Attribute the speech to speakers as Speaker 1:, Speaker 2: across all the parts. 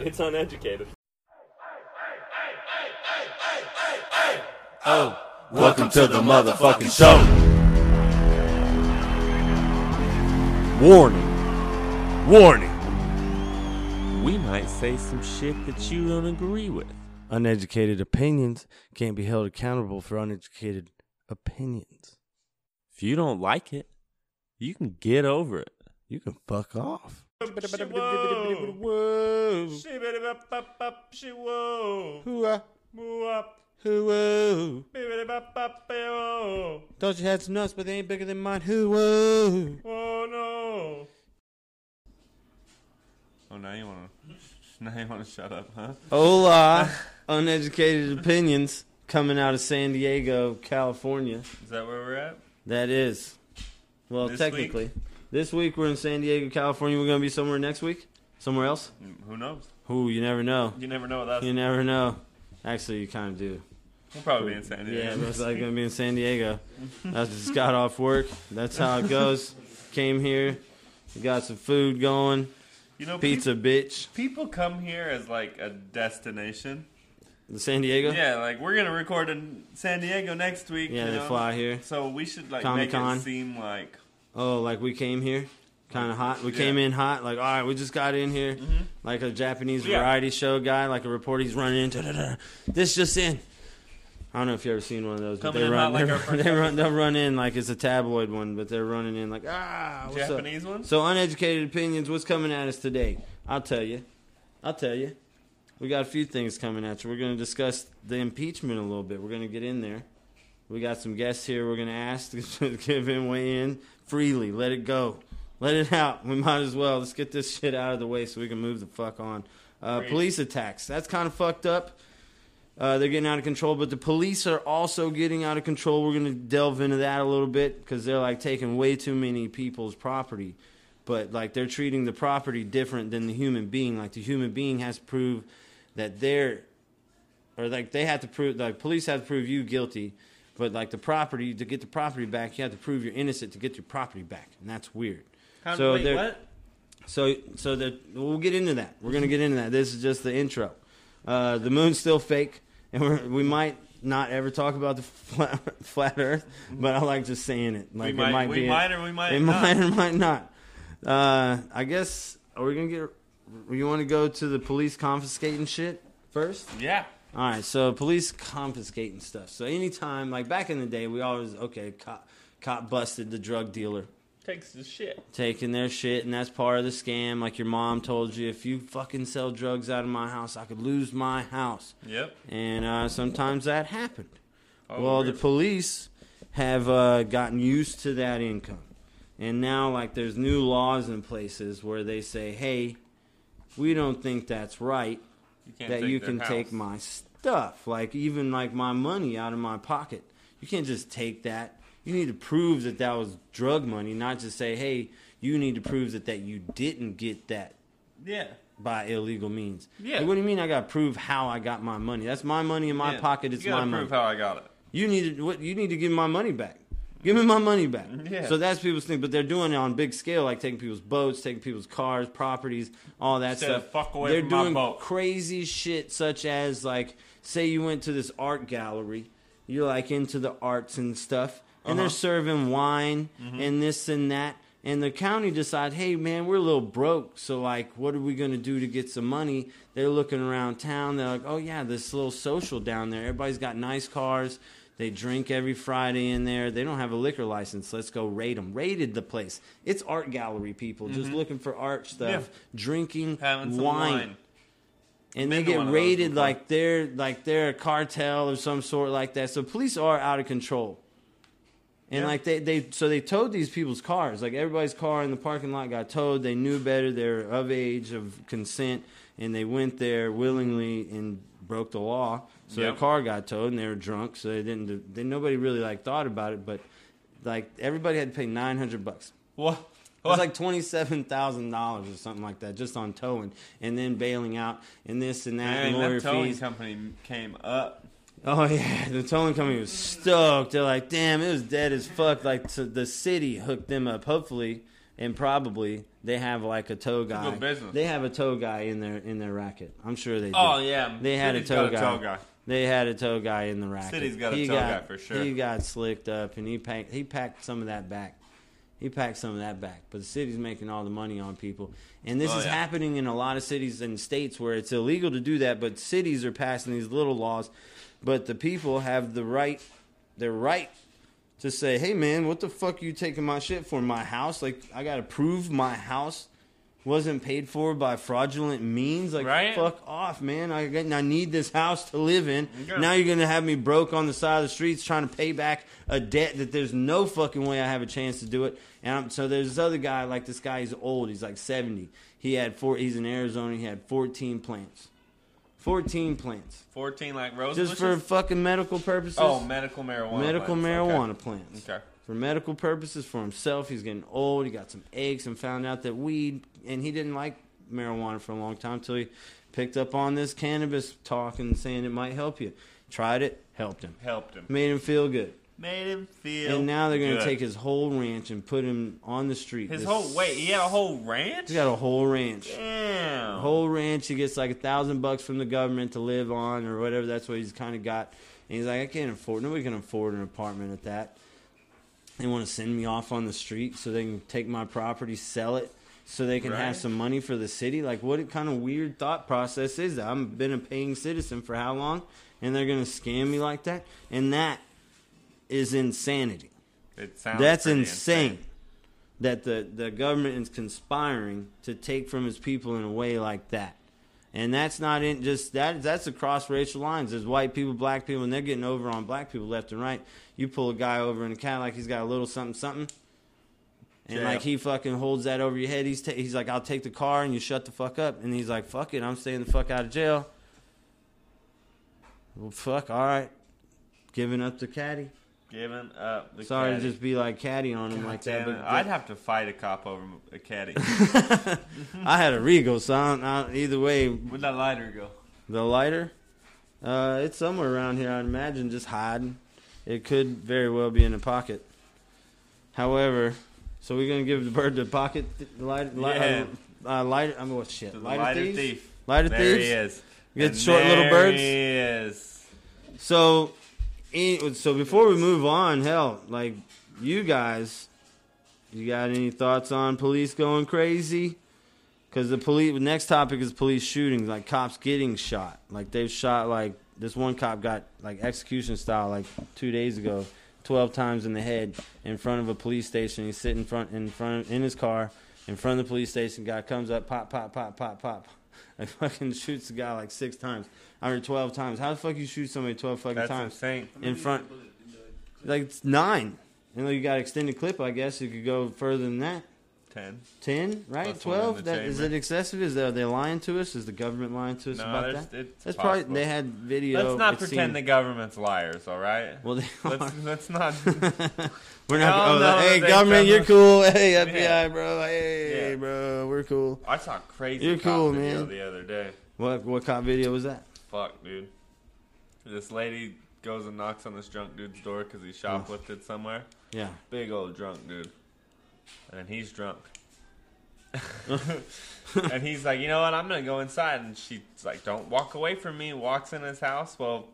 Speaker 1: It's uneducated.
Speaker 2: Oh, welcome to the motherfucking show.
Speaker 3: Warning.
Speaker 2: Warning.
Speaker 1: We might say some shit that you don't agree with.
Speaker 3: Uneducated opinions can't be held accountable for uneducated opinions.
Speaker 1: If you don't like it, you can get over it.
Speaker 3: You can fuck off. Who
Speaker 4: oh.
Speaker 3: Thought you had some nuts, but they ain't bigger than mine. Who
Speaker 1: Oh no.
Speaker 4: Oh, now you wanna, now you wanna shut up, huh?
Speaker 3: Hola, uneducated opinions coming out of San Diego, California.
Speaker 4: Is that where we're at?
Speaker 3: That is, well,
Speaker 4: This week?
Speaker 3: technically, this week we're in San Diego, California. We're gonna be somewhere next week, somewhere else.
Speaker 4: Mm, Who knows?
Speaker 3: Who you never know.
Speaker 4: You never know with us.
Speaker 3: You never know. Actually, you kind of do.
Speaker 4: We'll probably be in San Diego.
Speaker 3: Yeah, most likely gonna be in San Diego. I just got off work. That's how it goes. Came here, got some food going.
Speaker 4: you know, pe-
Speaker 3: Pizza, bitch.
Speaker 4: people come here as like a destination.
Speaker 3: The San Diego.
Speaker 4: Yeah, like we're gonna record in San Diego next week.
Speaker 3: Yeah,
Speaker 4: you
Speaker 3: they
Speaker 4: know?
Speaker 3: fly here.
Speaker 4: So we should like
Speaker 3: Comic-Con.
Speaker 4: make it seem like
Speaker 3: Oh, like we came here, kind of hot. We
Speaker 4: Yeah. Mm-hmm.
Speaker 3: came in hot. Like, all right, we just got in here, like a Japanese
Speaker 4: Yeah.
Speaker 3: variety show guy, like a reporter. He's running in. da-da-da. This just in. I don't know if you ever seen one of those, but
Speaker 4: Coming
Speaker 3: they
Speaker 4: in
Speaker 3: run,
Speaker 4: hot like
Speaker 3: they
Speaker 4: our
Speaker 3: run,
Speaker 4: first
Speaker 3: they run, they'll run in like it's a tabloid one, but they're running in like ah, what's up?
Speaker 4: Japanese ones.
Speaker 3: So uneducated opinions, what's coming at us today? I'll tell you. I'll tell you. We got a few things coming at you. We're going to discuss the impeachment a little bit. We're going to get in there. We got some guests here. We're going to ask to give in weigh in freely. Let it go. Let it out. We might as well. Let's get this shit out of the way so we can move the fuck on. Uh,
Speaker 4: Great.
Speaker 3: police attacks. That's kind of fucked up. Uh, they're getting out of control, but the police are also getting out of control. We're going to delve into that a little bit because they're like taking way too many people's property. But like they're treating the property different than the human being. Like the human being has to prove that they're, or like they have to prove, like police have to prove you guilty. But like the property, to get the property back, you have to prove you're innocent to get your property back. And that's weird.
Speaker 4: How,
Speaker 3: so
Speaker 4: wait,
Speaker 3: they're-
Speaker 4: what?
Speaker 3: So, so that we'll get into that. We're gonna get into that. This is just the intro. Uh, the moon's still fake, and we're, we might not ever talk about the flat, flat Earth, but I like just saying it. Like
Speaker 4: we might,
Speaker 3: it might
Speaker 4: we
Speaker 3: be,
Speaker 4: might, or we might.
Speaker 3: it
Speaker 4: not.
Speaker 3: might or might not. Uh, I guess are we gonna get? You want to go to the police confiscating shit first?
Speaker 4: Yeah.
Speaker 3: All right, so police confiscating stuff. So anytime, like back in the day, we always okay, cop, cop busted the drug dealer
Speaker 4: Takes the shit.
Speaker 3: taking their shit, and that's part of the scam. Like your mom told you, if you fucking sell drugs out of my house, I could lose my house.
Speaker 4: Yep.
Speaker 3: And uh, sometimes that happened.
Speaker 4: Oh,
Speaker 3: well,
Speaker 4: really?
Speaker 3: the police have uh, gotten used to that income. And now, like, there's new laws in places where they say, hey, we don't think that's right
Speaker 4: you can't
Speaker 3: that
Speaker 4: take
Speaker 3: you
Speaker 4: their
Speaker 3: can take
Speaker 4: house.
Speaker 3: my stuff, like even like my money out of my pocket. You can't just take that. You need to prove that that was drug money, not just say, "Hey, you need to prove that that you didn't get that
Speaker 4: Yeah.
Speaker 3: by illegal means."
Speaker 4: Yeah.
Speaker 3: Like, what do you mean? I got to prove how I got my money? That's my money in my
Speaker 4: yeah.
Speaker 3: pocket. It's
Speaker 4: you
Speaker 3: my
Speaker 4: gotta
Speaker 3: money.
Speaker 4: prove how I got it.
Speaker 3: You need to what you need to give me my money back. Give me my money back.
Speaker 4: Yeah.
Speaker 3: So that's people's thing, but they're doing it on big scale, like taking people's boats, taking people's cars, properties, all that
Speaker 4: Stay the
Speaker 3: stuff.
Speaker 4: fuck away
Speaker 3: they're
Speaker 4: from my
Speaker 3: doing
Speaker 4: boat.
Speaker 3: crazy shit, such as like, say you went to this art gallery, you're like into the arts and stuff, and they're
Speaker 4: Uh-huh.
Speaker 3: serving wine
Speaker 4: Mm-hmm.
Speaker 3: and this and that, and the county decide, hey man, we're a little broke, so like, what are we gonna do to get some money? They're looking around town, they're like, oh yeah, this little social down there, everybody's got nice cars. They drink every Friday in there. They don't have a liquor license. Let's go raid them. Raided the place. It's art gallery people just looking for art stuff, drinking
Speaker 4: Mm-hmm. Having some wine.
Speaker 3: and they
Speaker 4: Been to
Speaker 3: get
Speaker 4: one of those
Speaker 3: raided
Speaker 4: before.
Speaker 3: like they're like they're a cartel of some sort like that. So police are out of control. And
Speaker 4: Yeah.
Speaker 3: like they, they so they towed these people's cars. Like everybody's car in the parking lot got towed. They knew better. They're of age, of consent, and they went there willingly and broke the law. So their
Speaker 4: Yep.
Speaker 3: car got towed and they were drunk, so they didn't they, nobody really like thought about it, but like everybody had to pay 900 bucks.
Speaker 4: What?
Speaker 3: It was like twenty seven thousand dollars or something like that, just on towing, and then bailing out, and this and that, and
Speaker 4: Dang,
Speaker 3: lawyer
Speaker 4: that towing
Speaker 3: fees.
Speaker 4: company came up.
Speaker 3: Oh yeah, the towing company was stoked. They're like, "Damn, it was dead as fuck." Like so the city hooked them up. Hopefully, and probably they have like a tow guy.
Speaker 4: business.
Speaker 3: They have a tow guy in their in their racket. I'm sure they. do.
Speaker 4: Oh, yeah, I'm
Speaker 3: they
Speaker 4: sure
Speaker 3: had a
Speaker 4: he's
Speaker 3: tow,
Speaker 4: got
Speaker 3: guy.
Speaker 4: a tow guy.
Speaker 3: They had a tow guy in the racket.
Speaker 4: City's got a tow guy for sure.
Speaker 3: He got slicked up and he packed he packed some of that back. He packed some of that back. But the city's making all the money on people. And this
Speaker 4: Oh,
Speaker 3: is
Speaker 4: yeah.
Speaker 3: happening in a lot of cities and states where it's illegal to do that, but cities are passing these little laws. But the people have the right their right to say, Hey man, what the fuck you taking my shit for? My house? Like I gotta prove my house wasn't paid for by fraudulent means. Like
Speaker 4: Right?
Speaker 3: fuck off, man. I got- I need this house to live in.
Speaker 4: Yeah.
Speaker 3: Now you're gonna have me broke on the side of the streets trying to pay back a debt that there's no fucking way I have a chance to do it. And I'm, so there's this other guy, like this guy, he's old. He's like 70. He had four. He's in Arizona. He had 14 plants. 14 plants,
Speaker 4: 14 like rose
Speaker 3: just for
Speaker 4: bushes?
Speaker 3: fucking medical purposes.
Speaker 4: Oh, medical marijuana.
Speaker 3: medical
Speaker 4: plants, okay.
Speaker 3: marijuana plants
Speaker 4: Okay.
Speaker 3: for medical purposes for himself. He's getting old. He got some aches and found out that weed, and he didn't like marijuana for a long time until he picked up on this cannabis talk and saying it might help you. Tried it, helped him,
Speaker 4: Helped him.
Speaker 3: made him feel good.
Speaker 4: Made him feel.
Speaker 3: And now they're going to
Speaker 4: good.
Speaker 3: take his whole ranch and put him on the street.
Speaker 4: his
Speaker 3: This-
Speaker 4: whole. Wait, he had a whole ranch?
Speaker 3: He's got a whole ranch.
Speaker 4: Damn.
Speaker 3: Whole ranch. He gets like a thousand bucks from the government to live on or whatever. That's what he's kind of got. And he's like, I can't afford. Nobody can afford an apartment at that. They want to send me off on the street so they can take my property, sell it, so they can have
Speaker 4: Right.
Speaker 3: some money for the city. Like, what kind of weird thought process is that? I've been a paying citizen for how long, and they're gonna scam me like that? And that is insanity.
Speaker 4: It sounds
Speaker 3: That's
Speaker 4: pretty
Speaker 3: insane. That the, the government is conspiring to take from his people in a way like that. And that's not in just that that's across racial lines. There's white people, black people, and they're getting over on black people left and right. You pull a guy over in a Cadillac, he's got a little something something. And
Speaker 4: Yeah.
Speaker 3: like he fucking holds that over your head. He's ta- he's like, I'll take the car and you shut the fuck up. And he's like, fuck it, I'm staying the fuck out of jail. Well, fuck, all right, giving up the caddy.
Speaker 4: Giving up. The
Speaker 3: Sorry
Speaker 4: caddy.
Speaker 3: to just be like caddy on him
Speaker 4: God
Speaker 3: like that.
Speaker 4: damn
Speaker 3: But
Speaker 4: it. I'd have to fight a cop over a caddy.
Speaker 3: I had a Regal, so I don't, I don't- either way,
Speaker 4: Where'd that lighter go?
Speaker 3: the lighter, uh, it's somewhere around here. I'd imagine just hiding. It could very well be in the pocket. However, so we're gonna give the bird the pocket th- light, li-
Speaker 4: Yeah.
Speaker 3: uh, uh, lighter. I'm what shit?
Speaker 4: To the
Speaker 3: lighter,
Speaker 4: lighter
Speaker 3: thieves?
Speaker 4: thief.
Speaker 3: Lighter
Speaker 4: there
Speaker 3: thieves.
Speaker 4: he is.
Speaker 3: Good
Speaker 4: And
Speaker 3: short little
Speaker 4: there
Speaker 3: birds.
Speaker 4: He is.
Speaker 3: So, any- so before we move on, hell, like you guys, you got any thoughts on police going crazy? Because the police. The next topic is police shootings, like cops getting shot. Like they've shot like this one cop got like execution style like two days ago, twelve times in the head in front of a police station. He's sitting in front in front in his car in front of the police station. Guy comes up, pop, pop, pop, pop, pop. And fucking shoots the guy like six times, or twelve times. How the fuck you shoot somebody twelve fucking
Speaker 4: That's
Speaker 3: times?
Speaker 4: insane.
Speaker 3: in front. Like it's nine. And you got extended clip, I guess you could go further than that.
Speaker 4: Ten.
Speaker 3: Ten,
Speaker 4: Plus
Speaker 3: right?
Speaker 4: one in
Speaker 3: Twelve?
Speaker 4: the
Speaker 3: That is it
Speaker 4: chamber.
Speaker 3: excessive? Is that, are they lying to us? Is the government lying to us
Speaker 4: No,
Speaker 3: about
Speaker 4: there's-
Speaker 3: that?
Speaker 4: it's
Speaker 3: That's
Speaker 4: possible.
Speaker 3: probably they had video.
Speaker 4: Let's not
Speaker 3: it
Speaker 4: pretend the
Speaker 3: seemed-
Speaker 4: government's liars, all right?
Speaker 3: Well, they are.
Speaker 4: let's, let's not.
Speaker 3: We're not.
Speaker 4: Oh,
Speaker 3: oh,
Speaker 4: no,
Speaker 3: hey,
Speaker 4: they-
Speaker 3: government, you're cool. Hey, FBI,
Speaker 4: Yeah.
Speaker 3: bro. Hey,
Speaker 4: Yeah.
Speaker 3: bro, we're cool.
Speaker 4: I saw a crazy
Speaker 3: You're
Speaker 4: cop
Speaker 3: cool,
Speaker 4: video
Speaker 3: man.
Speaker 4: the other day.
Speaker 3: What what cop video was that?
Speaker 4: Fuck, dude. This lady goes and knocks on this drunk dude's door because he shoplifted somewhere.
Speaker 3: Yeah.
Speaker 4: Big old drunk dude. And he's drunk. and he's like, you know what? I'm going to go inside. And she's like, don't walk away from me. Walks in his house. Well,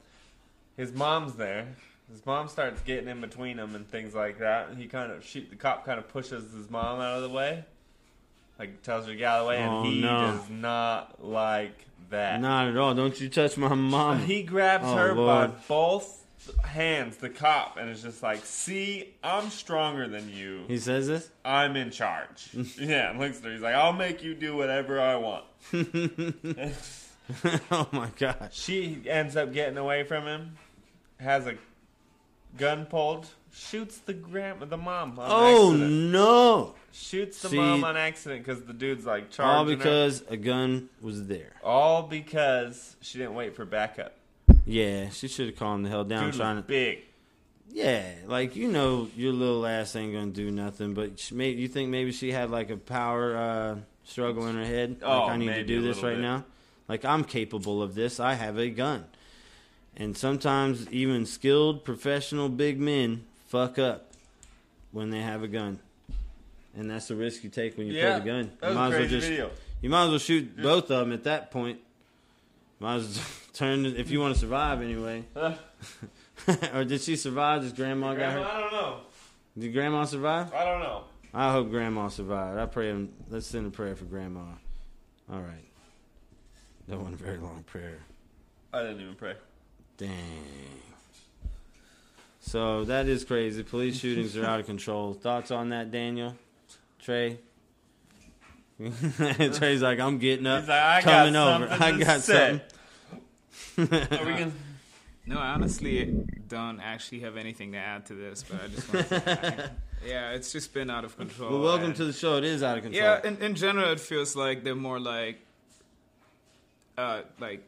Speaker 4: his mom's there. His mom starts getting in between them and things like that. He kind of, she, the cop kind of pushes his mom out of the way. Like, tells her to get out of the way.
Speaker 3: Oh,
Speaker 4: and he
Speaker 3: no.
Speaker 4: does not like that.
Speaker 3: Not at all. Don't you touch my mom.
Speaker 4: He grabs
Speaker 3: Oh,
Speaker 4: her by
Speaker 3: Lord.
Speaker 4: both hands, the cop, and is just like, see, I'm stronger than you.
Speaker 3: He says this.
Speaker 4: I'm in charge. yeah, and looks at her. He's like, I'll make you do whatever I want.
Speaker 3: oh my gosh.
Speaker 4: She ends up getting away from him, has a gun pulled, shoots the grandma, the mom on
Speaker 3: Oh
Speaker 4: accident.
Speaker 3: no!
Speaker 4: Shoots the
Speaker 3: See-
Speaker 4: mom on accident because the dude's like charging
Speaker 3: All
Speaker 4: her.
Speaker 3: because a gun was there.
Speaker 4: All because she didn't wait for backup.
Speaker 3: Yeah, she should have calmed the hell down.
Speaker 4: Dude
Speaker 3: trying
Speaker 4: was
Speaker 3: to
Speaker 4: big.
Speaker 3: Yeah, like you know, your little ass ain't gonna do nothing. But she may, you think maybe she had like a power uh, struggle in her head.
Speaker 4: Oh,
Speaker 3: like I need to
Speaker 4: maybe
Speaker 3: do
Speaker 4: a
Speaker 3: this
Speaker 4: little
Speaker 3: right
Speaker 4: bit.
Speaker 3: now. Like I'm capable of this. I have a gun. And sometimes even skilled professional big men fuck up when they have a gun. and that's the risk you take when you
Speaker 4: Yeah,
Speaker 3: pull the gun.
Speaker 4: that
Speaker 3: you
Speaker 4: was
Speaker 3: might
Speaker 4: a
Speaker 3: as well
Speaker 4: crazy
Speaker 3: just
Speaker 4: video.
Speaker 3: you might as well shoot both of them at that point. Might as well turn if you want to survive anyway.
Speaker 4: Huh.
Speaker 3: or did she survive? Just grandma got
Speaker 4: Grandma,
Speaker 3: her?
Speaker 4: I don't know.
Speaker 3: Did grandma survive?
Speaker 4: I don't know.
Speaker 3: I hope grandma survived. I pray. um, Let's send a prayer for grandma. All right. That wasn't a very long prayer.
Speaker 4: I didn't even pray.
Speaker 3: Dang. So that is crazy. Police shootings are out of control. Thoughts on that, Daniel? Trey? Trey's like, I'm getting up,
Speaker 4: He's like, I got
Speaker 3: coming over.
Speaker 4: something
Speaker 3: I
Speaker 4: to
Speaker 3: got
Speaker 4: say."
Speaker 3: something.
Speaker 4: Are we gonna?
Speaker 5: No, I honestly don't actually have anything to add to this, but I just want to Yeah, it's just been out of control.
Speaker 4: Oh,
Speaker 3: well, welcome
Speaker 5: and-
Speaker 3: to the show. It is out of control.
Speaker 5: Yeah, in, in general, it feels like they're more like, uh, like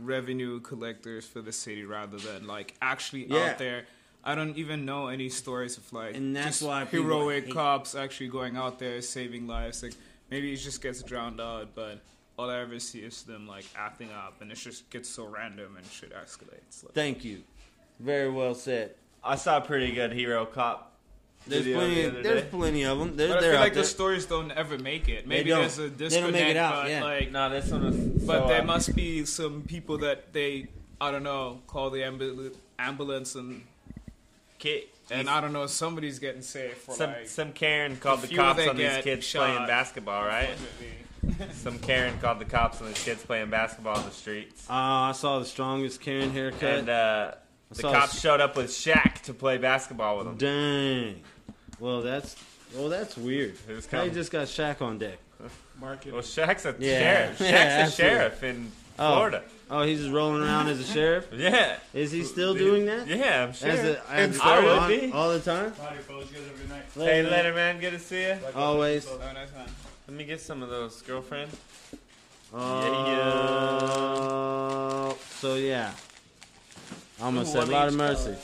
Speaker 5: revenue collectors for the city rather than like actually
Speaker 3: Yeah.
Speaker 5: out there. I don't even know any stories of like
Speaker 3: And that's
Speaker 5: just
Speaker 3: why people
Speaker 5: heroic
Speaker 3: hate-
Speaker 5: cops actually going out there saving lives. Like maybe it just gets drowned out, but all I ever see is them like acting up, and it just gets so random and shit escalates. Like,
Speaker 3: Thank you. Very well said.
Speaker 4: I saw a pretty good hero cop.
Speaker 3: There's
Speaker 4: video
Speaker 3: plenty.
Speaker 4: the
Speaker 3: of,
Speaker 4: other
Speaker 3: there's
Speaker 4: day.
Speaker 3: plenty of them. They're,
Speaker 5: but I
Speaker 3: they're
Speaker 5: feel
Speaker 3: out
Speaker 5: like
Speaker 3: there.
Speaker 5: the stories don't ever make it. Maybe
Speaker 3: don't.
Speaker 5: there's a
Speaker 3: They don't
Speaker 5: disconnect,
Speaker 3: make it out,
Speaker 5: but
Speaker 3: yeah.
Speaker 5: like
Speaker 4: No, this one was.
Speaker 5: But
Speaker 4: so,
Speaker 5: there
Speaker 4: uh,
Speaker 5: must be some people that they, I don't know, call the ambul- ambulance and
Speaker 4: Kid,
Speaker 5: and I don't know, somebody's getting saved for
Speaker 4: some
Speaker 5: like.
Speaker 4: some Karen called the
Speaker 5: few
Speaker 4: cops
Speaker 5: that
Speaker 4: on these
Speaker 5: get
Speaker 4: kids
Speaker 5: shot.
Speaker 4: playing basketball, right?
Speaker 5: Maybe.
Speaker 4: Some Karen called the cops on these kids playing basketball in the streets,
Speaker 3: Oh, I saw the strongest Karen haircut.
Speaker 4: and uh, the
Speaker 3: saw
Speaker 4: cops
Speaker 3: s-
Speaker 4: showed up with Shaq to play basketball with them.
Speaker 3: Dang. Well, that's well, that's weird.
Speaker 4: Who's
Speaker 3: They
Speaker 4: coming?
Speaker 3: just got Shaq on deck.
Speaker 4: Well, Shaq's a
Speaker 3: Yeah.
Speaker 4: sheriff. Shaq's
Speaker 3: Yeah,
Speaker 4: a
Speaker 3: absolutely.
Speaker 4: sheriff in
Speaker 3: Oh.
Speaker 4: Florida.
Speaker 3: Oh, he's just rolling around as a sheriff.
Speaker 4: Yeah.
Speaker 3: Is he still doing that?
Speaker 4: Yeah, I'm sure.
Speaker 3: As a,
Speaker 4: In
Speaker 3: as a-
Speaker 4: Florida,
Speaker 3: on-
Speaker 4: B?
Speaker 3: all the time.
Speaker 4: Hey,
Speaker 3: Later.
Speaker 4: Letterman, good to see you.
Speaker 3: Always.
Speaker 5: Oh, nice one.
Speaker 4: Let me get some of those, girlfriend.
Speaker 3: Uh, so yeah, I almost said a lot of mercy.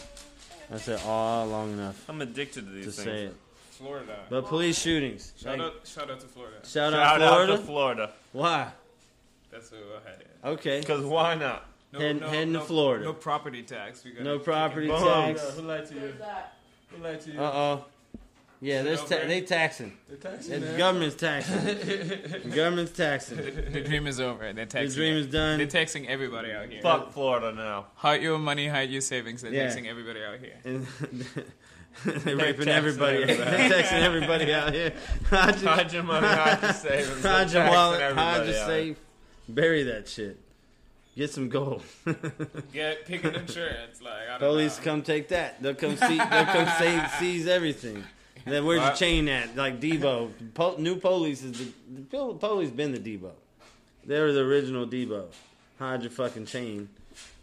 Speaker 3: I said all long enough
Speaker 4: I'm addicted to these
Speaker 3: to
Speaker 4: things.
Speaker 3: say it.
Speaker 5: Florida.
Speaker 3: But police shootings.
Speaker 5: Shout out, shout out to Florida.
Speaker 3: Shout out
Speaker 4: Shout
Speaker 3: Florida.
Speaker 4: out to Florida.
Speaker 3: Why?
Speaker 5: That's where we're headed.
Speaker 3: Okay.
Speaker 4: Because why not?
Speaker 5: No,
Speaker 3: Heading- heading to Florida.
Speaker 5: No property tax. We got
Speaker 3: No property
Speaker 4: Boom.
Speaker 3: tax.
Speaker 4: Yeah,
Speaker 5: Who lied to you? Who lied to you?
Speaker 3: Uh oh. Yeah, there's ta-
Speaker 5: over.
Speaker 3: they taxing.
Speaker 5: the, tax
Speaker 3: The government's taxing. The government's taxing.
Speaker 5: the dream is over.
Speaker 3: The
Speaker 5: They're taxing.
Speaker 3: dream is
Speaker 5: They're
Speaker 3: done.
Speaker 5: taxing everybody out here.
Speaker 4: Fuck Florida now.
Speaker 5: Hide your money, hide your savings. They're
Speaker 3: Yeah.
Speaker 5: taxing everybody out here.
Speaker 3: And they're raping
Speaker 4: taxing
Speaker 3: everybody.
Speaker 4: everybody.
Speaker 3: They're taxing everybody out here. Hodges,
Speaker 4: Hide your money, hide your savings. They're
Speaker 3: Hodge your
Speaker 4: taxing
Speaker 3: wallet.
Speaker 4: everybody
Speaker 3: Hodge your
Speaker 4: out.
Speaker 3: safe. Bury that shit. Get some gold.
Speaker 5: Get pick an insurance. Like I don't
Speaker 3: Police
Speaker 5: know.
Speaker 3: come take that. They'll come see. They'll come say, seize everything. Then where's your
Speaker 4: Right.
Speaker 3: chain at? Like Debo, po- new police is the, the pol- police been the Debo. They were the original Debo. Hide your fucking chain.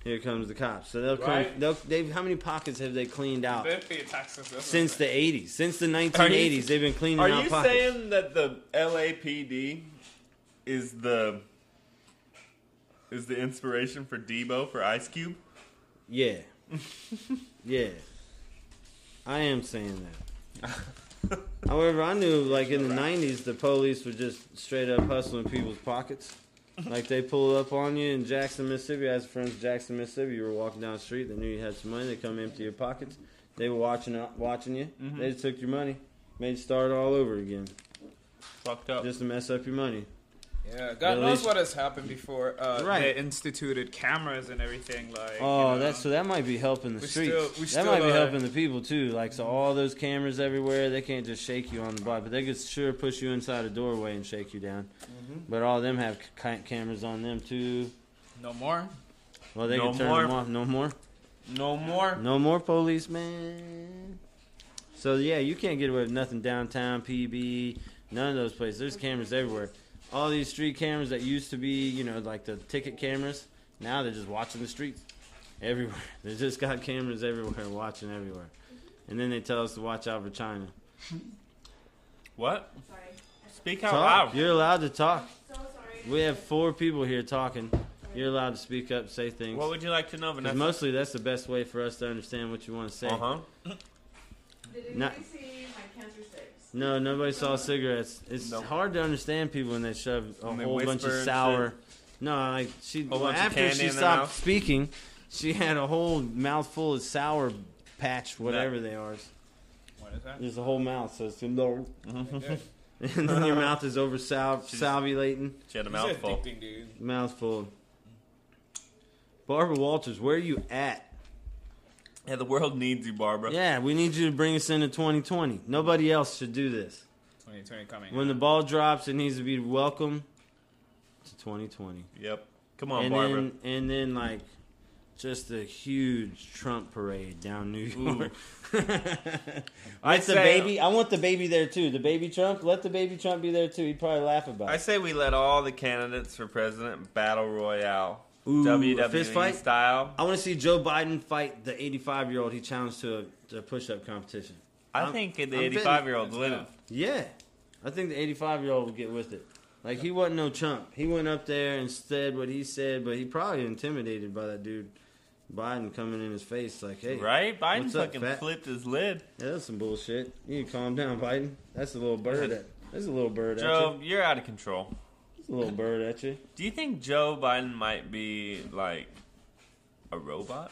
Speaker 3: Here comes the cops. So they'll come.
Speaker 5: Right.
Speaker 3: They'll, they've how many pockets have they cleaned out
Speaker 5: They pay taxes. that's
Speaker 3: since
Speaker 5: what
Speaker 3: the '80s? Since the 1980s, they've been cleaning
Speaker 4: Are
Speaker 3: out
Speaker 4: you
Speaker 3: pockets.
Speaker 4: saying that the LAPD is the is the inspiration for Debo for Ice Cube?
Speaker 3: Yeah, yeah. I am saying that. However, I knew like in the '90s, the police were just straight up hustling people's pockets. Like they pulled up on you in Jackson, Mississippi. I had some friends in Jackson, Mississippi. You were walking down the street. They knew you had some money. They come empty your pockets. They were watching watching you. They just took your money, made you start all over again,
Speaker 4: Fucked up.
Speaker 3: just to mess up your money.
Speaker 5: Yeah, God
Speaker 3: At
Speaker 5: knows
Speaker 3: least-
Speaker 5: what has happened before. Uh,
Speaker 3: Right.
Speaker 5: They instituted cameras and everything. Like,
Speaker 3: Oh,
Speaker 5: you know.
Speaker 3: that's so that might be helping the
Speaker 5: We
Speaker 3: streets.
Speaker 5: still- we
Speaker 3: that
Speaker 5: still uh,
Speaker 3: might be
Speaker 5: are-
Speaker 3: helping the people too. Like so, all those cameras everywhere, they can't just shake you on the block, but they could sure push you inside a doorway and shake you down.
Speaker 5: Mm-hmm.
Speaker 3: But all them have ca- cameras on them too.
Speaker 5: no more.
Speaker 3: Well, they
Speaker 4: No
Speaker 3: can turn
Speaker 4: more.
Speaker 3: them off. No more.
Speaker 4: No more.
Speaker 3: No more policemen. So yeah, you can't get away with nothing downtown PB, none of those places. There's cameras everywhere. All these street cameras that used to be, you know, like the ticket cameras, now they're just watching the streets everywhere. They just got cameras everywhere, watching everywhere. And then they tell us to watch out for China.
Speaker 4: What?
Speaker 6: Sorry.
Speaker 4: Speak out
Speaker 3: Talk.
Speaker 4: loud.
Speaker 3: You're allowed to talk.
Speaker 6: So sorry.
Speaker 3: We have four people here talking. You're allowed to speak up, say things.
Speaker 4: What would you like to know,
Speaker 3: 'Cause
Speaker 4: Vanessa?
Speaker 3: mostly that's the best way for us to understand what you want to say.
Speaker 4: uh huh.
Speaker 6: Did anybody
Speaker 3: Not-
Speaker 6: see my cancer sticks?
Speaker 3: No, nobody saw cigarettes. It's
Speaker 4: Nope.
Speaker 3: hard to understand people when they shove a
Speaker 4: When they
Speaker 3: whole bunch
Speaker 4: whisper
Speaker 3: of
Speaker 4: and
Speaker 3: sour. No, like she
Speaker 4: Whole
Speaker 3: well,
Speaker 4: bunch of
Speaker 3: after
Speaker 4: candy
Speaker 3: she
Speaker 4: in their
Speaker 3: stopped
Speaker 4: mouth?
Speaker 3: speaking, she had a whole mouthful of sour patch, whatever they are.
Speaker 5: What is that?
Speaker 3: There's a whole mouth, so it's no. and then your mouth is over sal-
Speaker 4: She's-
Speaker 3: salvulating.
Speaker 4: She had a
Speaker 5: He's
Speaker 4: mouthful.
Speaker 5: addicting, dude.
Speaker 3: Mouthful. Barbara Walters, where are you at?
Speaker 4: Yeah, the world needs you, Barbara.
Speaker 3: Yeah, we need you to bring us into 2020. Nobody else should do this.
Speaker 5: 2020 coming.
Speaker 3: When the ball drops, it needs to be welcome to 2020.
Speaker 4: Yep. Come on,
Speaker 3: and
Speaker 4: Barbara.
Speaker 3: then, and then like, just a huge Trump parade down New York.
Speaker 4: I'd
Speaker 3: Let the
Speaker 4: say-
Speaker 3: baby. I want the baby there too. The baby Trump. Let the baby Trump be there too. He'd probably laugh about
Speaker 4: I
Speaker 3: it.
Speaker 4: say we let all the candidates for president battle royale,
Speaker 3: Ooh, a
Speaker 4: WWE
Speaker 3: fist fight?
Speaker 4: style.
Speaker 3: I want to see Joe Biden fight the 85 year old he challenged to a, to a push up competition.
Speaker 4: I
Speaker 3: I'm-
Speaker 4: think the
Speaker 3: I'm
Speaker 4: 85 year olds
Speaker 5: betting-
Speaker 4: live.
Speaker 3: Yeah, I think the 85 year old would get with it. Like he wasn't no chump. He went up there and said what he said, but he probably intimidated by that dude Biden coming in his face. Like, hey,
Speaker 4: Right? Biden
Speaker 3: What's up,
Speaker 4: fucking
Speaker 3: fat?
Speaker 4: flipped his lid.
Speaker 3: yeah, that's some bullshit. You need to calm down, Biden. That's a little bird. At, that's a little bird at
Speaker 4: Joe,
Speaker 3: you.
Speaker 4: you're out of control.
Speaker 3: That's a little bird at you.
Speaker 4: Do you think Joe Biden might be like a robot?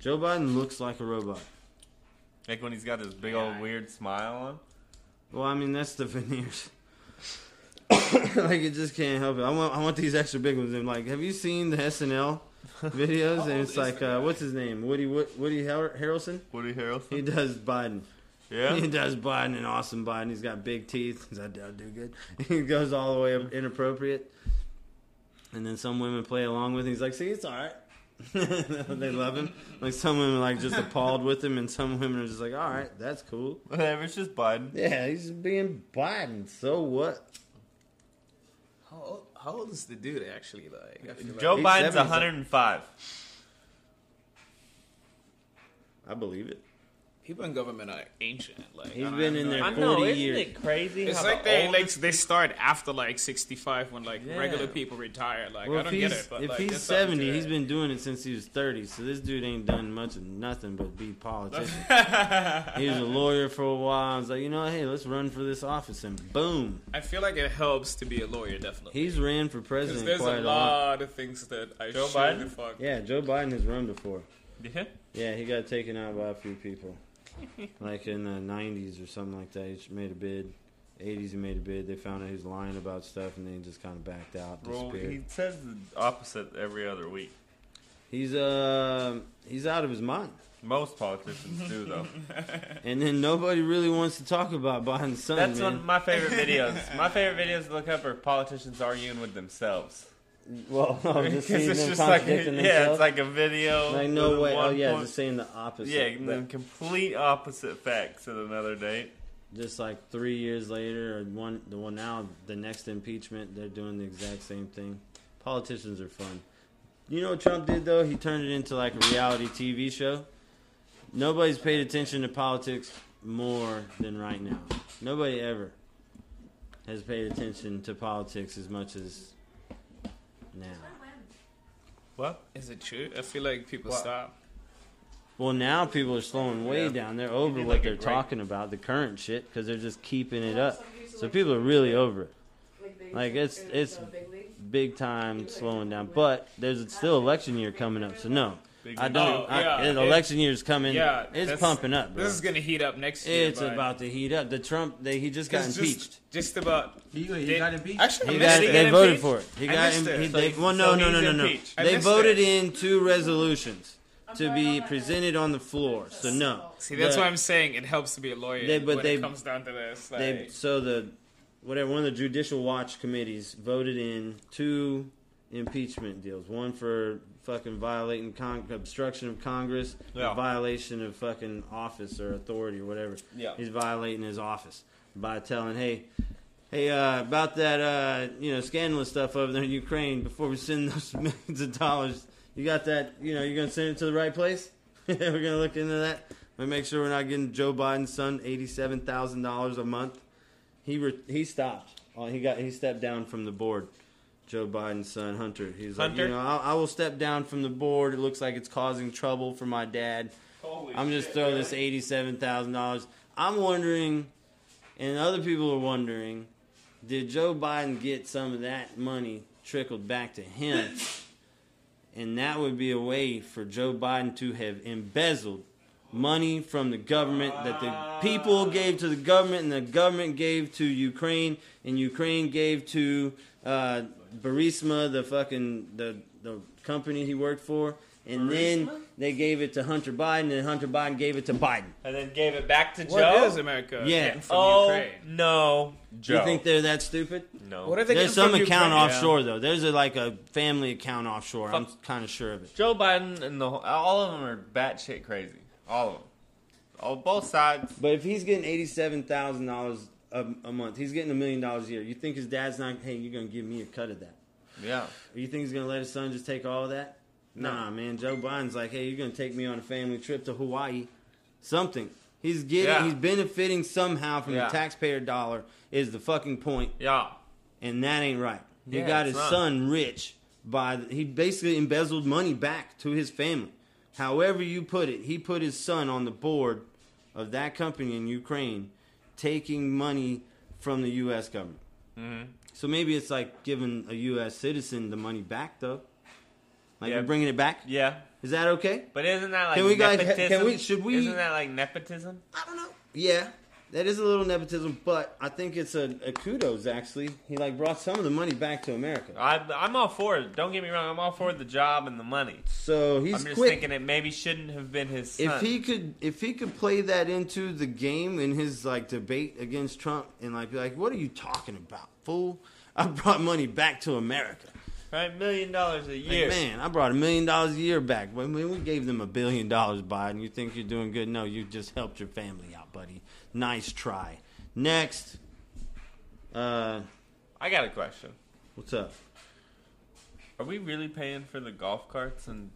Speaker 3: Joe Biden looks like a robot.
Speaker 4: Like when he's got this big
Speaker 5: Yeah.
Speaker 4: old weird smile on?
Speaker 3: Well, I mean, that's the veneers. like it just can't help it. I want, I want these extra big ones. And like, have you seen the SNL videos? and it's like, uh, what's his name? Woody Wood- Woody Har- Harrelson.
Speaker 4: Woody
Speaker 3: He
Speaker 4: Harrelson?
Speaker 3: does Biden. He
Speaker 4: Yeah.
Speaker 3: does Biden and awesome Biden. He's got big teeth. He's like, I'll do good. He goes all the way up inappropriate. And then some women play along with him. He's like, see, it's all right. they love him. Like some women are like just appalled with him, and some women are just like, all right, that's cool.
Speaker 4: Whatever, it's just Biden.
Speaker 3: Yeah, he's being Biden. So what?
Speaker 5: How old, how old is the dude actually? Like, I feel
Speaker 4: Joe
Speaker 3: He's
Speaker 4: Biden's
Speaker 3: 70,
Speaker 4: 105.
Speaker 3: I believe it.
Speaker 5: people in government are ancient. Like,
Speaker 3: He's
Speaker 5: I don't
Speaker 3: been
Speaker 5: have
Speaker 3: in
Speaker 5: no
Speaker 3: there
Speaker 5: idea.
Speaker 4: I
Speaker 3: know,
Speaker 4: know,
Speaker 3: 40
Speaker 4: isn't
Speaker 3: isn't years.
Speaker 4: it
Speaker 3: it
Speaker 4: crazy?
Speaker 5: It's like they like they start after like 65 when like
Speaker 4: Yeah.
Speaker 5: regular people retire. Like
Speaker 3: Well,
Speaker 5: I
Speaker 3: if
Speaker 5: don't get
Speaker 3: he's,
Speaker 5: it. But
Speaker 3: if
Speaker 5: like,
Speaker 3: he's
Speaker 5: there's something to
Speaker 3: 70,
Speaker 5: it.
Speaker 3: he's been doing it since he was 30. So this dude ain't done much of nothing but be politician. he was a lawyer for a while. I was like, you know, hey, let's run for this office. And boom,
Speaker 5: I feel like it helps to be a lawyer definitely.
Speaker 3: he's ran for
Speaker 5: Because
Speaker 3: president
Speaker 5: there's
Speaker 3: quite a
Speaker 5: a
Speaker 3: lot.
Speaker 5: lot of things that I
Speaker 4: Joe
Speaker 5: Joe
Speaker 4: Biden?
Speaker 5: Biden the fuck.
Speaker 3: Yeah, Joe Biden has run before.
Speaker 4: Yeah.
Speaker 3: Yeah, he got taken out by a few people. like in the 90s or something like that. He just made a bid. 80s, he made a bid. They found out he was lying about stuff and then he just kind of backed out.
Speaker 4: Well,
Speaker 3: disappeared.
Speaker 4: he says the opposite every other week.
Speaker 3: He's uh, he's out of his mind.
Speaker 4: Most politicians do, though.
Speaker 3: And then nobody really wants to talk about Biden's son,
Speaker 4: That's one
Speaker 3: man.
Speaker 4: of my favorite videos. My favorite videos to look up are politicians arguing with themselves.
Speaker 3: well, I'm Oh,
Speaker 4: Because
Speaker 3: just seeing
Speaker 4: it's
Speaker 3: them
Speaker 4: just like, a,
Speaker 3: contradicting
Speaker 4: yeah, it's
Speaker 3: themselves.
Speaker 4: like a video.
Speaker 3: Like, no
Speaker 4: with
Speaker 3: way. Oh
Speaker 4: one
Speaker 3: yeah,
Speaker 4: point-
Speaker 3: just saying the opposite.
Speaker 4: yeah, and
Speaker 3: But
Speaker 4: then complete opposite facts at another date.
Speaker 3: just like three years later, or one, the one now, the next impeachment, they're doing the exact same thing. Politicians are fun. You know what Trump did though? He turned it into like a reality TV show. Nobody's paid attention to politics more than right now. Nobody ever has paid attention to politics as much as now.
Speaker 4: What?
Speaker 5: Is it true? I feel like people
Speaker 4: What?
Speaker 5: stop.
Speaker 3: Well, now people are slowing way
Speaker 4: Yeah.
Speaker 3: down. They're over
Speaker 4: did,
Speaker 3: what
Speaker 4: like, a
Speaker 3: they're
Speaker 4: great-
Speaker 3: talking about, the current shit, because they're just keeping it
Speaker 6: Yeah,
Speaker 3: up.
Speaker 6: some used to,
Speaker 3: So
Speaker 6: like,
Speaker 3: people are really over it,
Speaker 6: Like,
Speaker 3: Like, it's- it's-
Speaker 6: big league.
Speaker 3: big time slowing down. But there's still election year coming up, so no,
Speaker 4: Big
Speaker 3: I don't.
Speaker 5: Oh,
Speaker 3: I,
Speaker 5: yeah,
Speaker 3: it-
Speaker 5: it-
Speaker 3: election year's coming.
Speaker 5: Yeah,
Speaker 3: it's
Speaker 5: that's-
Speaker 3: pumping up, bro.
Speaker 5: This is gonna heat up next year.
Speaker 3: It's
Speaker 5: but-
Speaker 3: about to heat up. The Trump, they, he just got
Speaker 5: 'cause
Speaker 3: impeached.
Speaker 5: Just, just about.
Speaker 7: He, he
Speaker 5: They-
Speaker 7: got impeached.
Speaker 5: Actually,
Speaker 3: He
Speaker 5: I
Speaker 3: got,
Speaker 5: missed it.
Speaker 3: they
Speaker 5: Get
Speaker 3: voted
Speaker 5: impeached?
Speaker 3: for it. He
Speaker 5: I
Speaker 3: got. Im,
Speaker 5: missed
Speaker 3: he,
Speaker 5: it.
Speaker 3: they,
Speaker 4: he's-
Speaker 3: well, no,
Speaker 4: so
Speaker 3: no, no,
Speaker 4: he's
Speaker 3: no, no.
Speaker 4: impeached.
Speaker 5: I
Speaker 3: They
Speaker 5: missed
Speaker 3: voted
Speaker 5: it.
Speaker 3: in two resolutions to
Speaker 6: sorry, I'm
Speaker 3: be
Speaker 6: not-
Speaker 3: presented on the floor. So no.
Speaker 5: See, that's
Speaker 3: The-
Speaker 5: why I'm saying it helps to be a lawyer
Speaker 3: They- but
Speaker 5: when
Speaker 3: they-
Speaker 5: it comes down to this. Like,
Speaker 3: they so the whatever one of the judicial watch committees voted in two impeachment deals one for fucking violating con- obstruction of congress
Speaker 4: Yeah.
Speaker 3: violation of fucking office or authority or whatever
Speaker 4: Yeah.
Speaker 3: he's violating his office by telling hey hey uh, about that uh, you know scandalous stuff over there in ukraine before we send those millions of dollars you got that you know you're gonna send it to the right place we're gonna look into that we make sure we're not getting joe biden's son $87000 a month he re- he stopped. Oh, he got he stepped down from the board. Joe Biden's son Hunter. He's like,
Speaker 4: Hunter?
Speaker 3: you know, I, I will step down from the board. It looks like it's causing trouble for my dad. I'm just throwing this eighty-seven thousand dollars. I'm wondering, and other people are wondering, did Joe Biden get some of that money trickled back to him? and that would be a way for Joe Biden to have embezzled money from the government that the people gave to the government, and the government gave to Ukraine, and Ukraine gave to uh, Burisma, the fucking the the company he worked for, and then they gave it to Hunter Biden, and Hunter Biden gave it to Biden.
Speaker 4: and then gave it back to
Speaker 5: What
Speaker 4: Joe.
Speaker 5: is America
Speaker 3: Yeah.
Speaker 5: getting from
Speaker 4: oh
Speaker 5: Ukraine?
Speaker 4: no, Joe.
Speaker 3: You think they're that stupid?
Speaker 4: no.
Speaker 5: What are they
Speaker 3: There's some
Speaker 5: getting from
Speaker 3: account
Speaker 5: Ukraine?
Speaker 3: offshore though. There's a, like a family account offshore. I'm
Speaker 4: Fuck.
Speaker 3: kind of sure of it.
Speaker 4: Joe Biden and the whole, all of them are batshit crazy. All of them. All both sides.
Speaker 3: But if he's getting eighty-seven thousand dollars a month, he's getting a million dollars a year. You think his dad's not? Hey, you're gonna give me a cut of that?
Speaker 4: Yeah.
Speaker 3: Or you think he's gonna let his son just take all of that? Nah, man. Joe Biden's like, hey, you're gonna take me on a family trip to Hawaii, something. He's getting,
Speaker 4: Yeah.
Speaker 3: he's benefiting somehow from
Speaker 4: Yeah.
Speaker 3: the taxpayer dollar is the fucking point,
Speaker 4: Yeah.
Speaker 3: and that ain't right. He
Speaker 4: Yeah,
Speaker 3: got
Speaker 4: it's
Speaker 3: his
Speaker 4: not.
Speaker 3: son rich by the, he basically embezzled money back to his family. However you put it, he put his son on the board of that company in Ukraine, taking money from the U.S. government.
Speaker 4: Mm-hmm.
Speaker 3: So maybe it's like giving a U.S. citizen the money back, though. Like
Speaker 4: Yeah.
Speaker 3: you're bringing it back.
Speaker 4: Yeah.
Speaker 3: Is that okay?
Speaker 4: But isn't that like
Speaker 3: Can we guys-
Speaker 4: nepotism?
Speaker 3: can we- should we-
Speaker 4: Isn't that like nepotism?
Speaker 3: I don't know. Yeah, that is a little nepotism, but I think it's a, a kudos actually. He like brought some of the money back to America.
Speaker 4: I, I'm all for it. Don't get me wrong. I'm all for the job and the money.
Speaker 3: So he's
Speaker 4: I'm just
Speaker 3: quick.
Speaker 4: thinking it maybe shouldn't have been his son.
Speaker 3: if he could if he could play that into the game in his like debate against Trump and like be like what are you talking about fool I brought money back to America
Speaker 4: right, million dollars a
Speaker 3: like,
Speaker 4: year.
Speaker 3: man I brought a million dollars a year back I mean, we gave them a billion dollars Biden you think you're doing good no you just helped your family out buddy nice try next uh
Speaker 4: I got a question.
Speaker 3: what's up
Speaker 4: Are we really paying for the golf carts and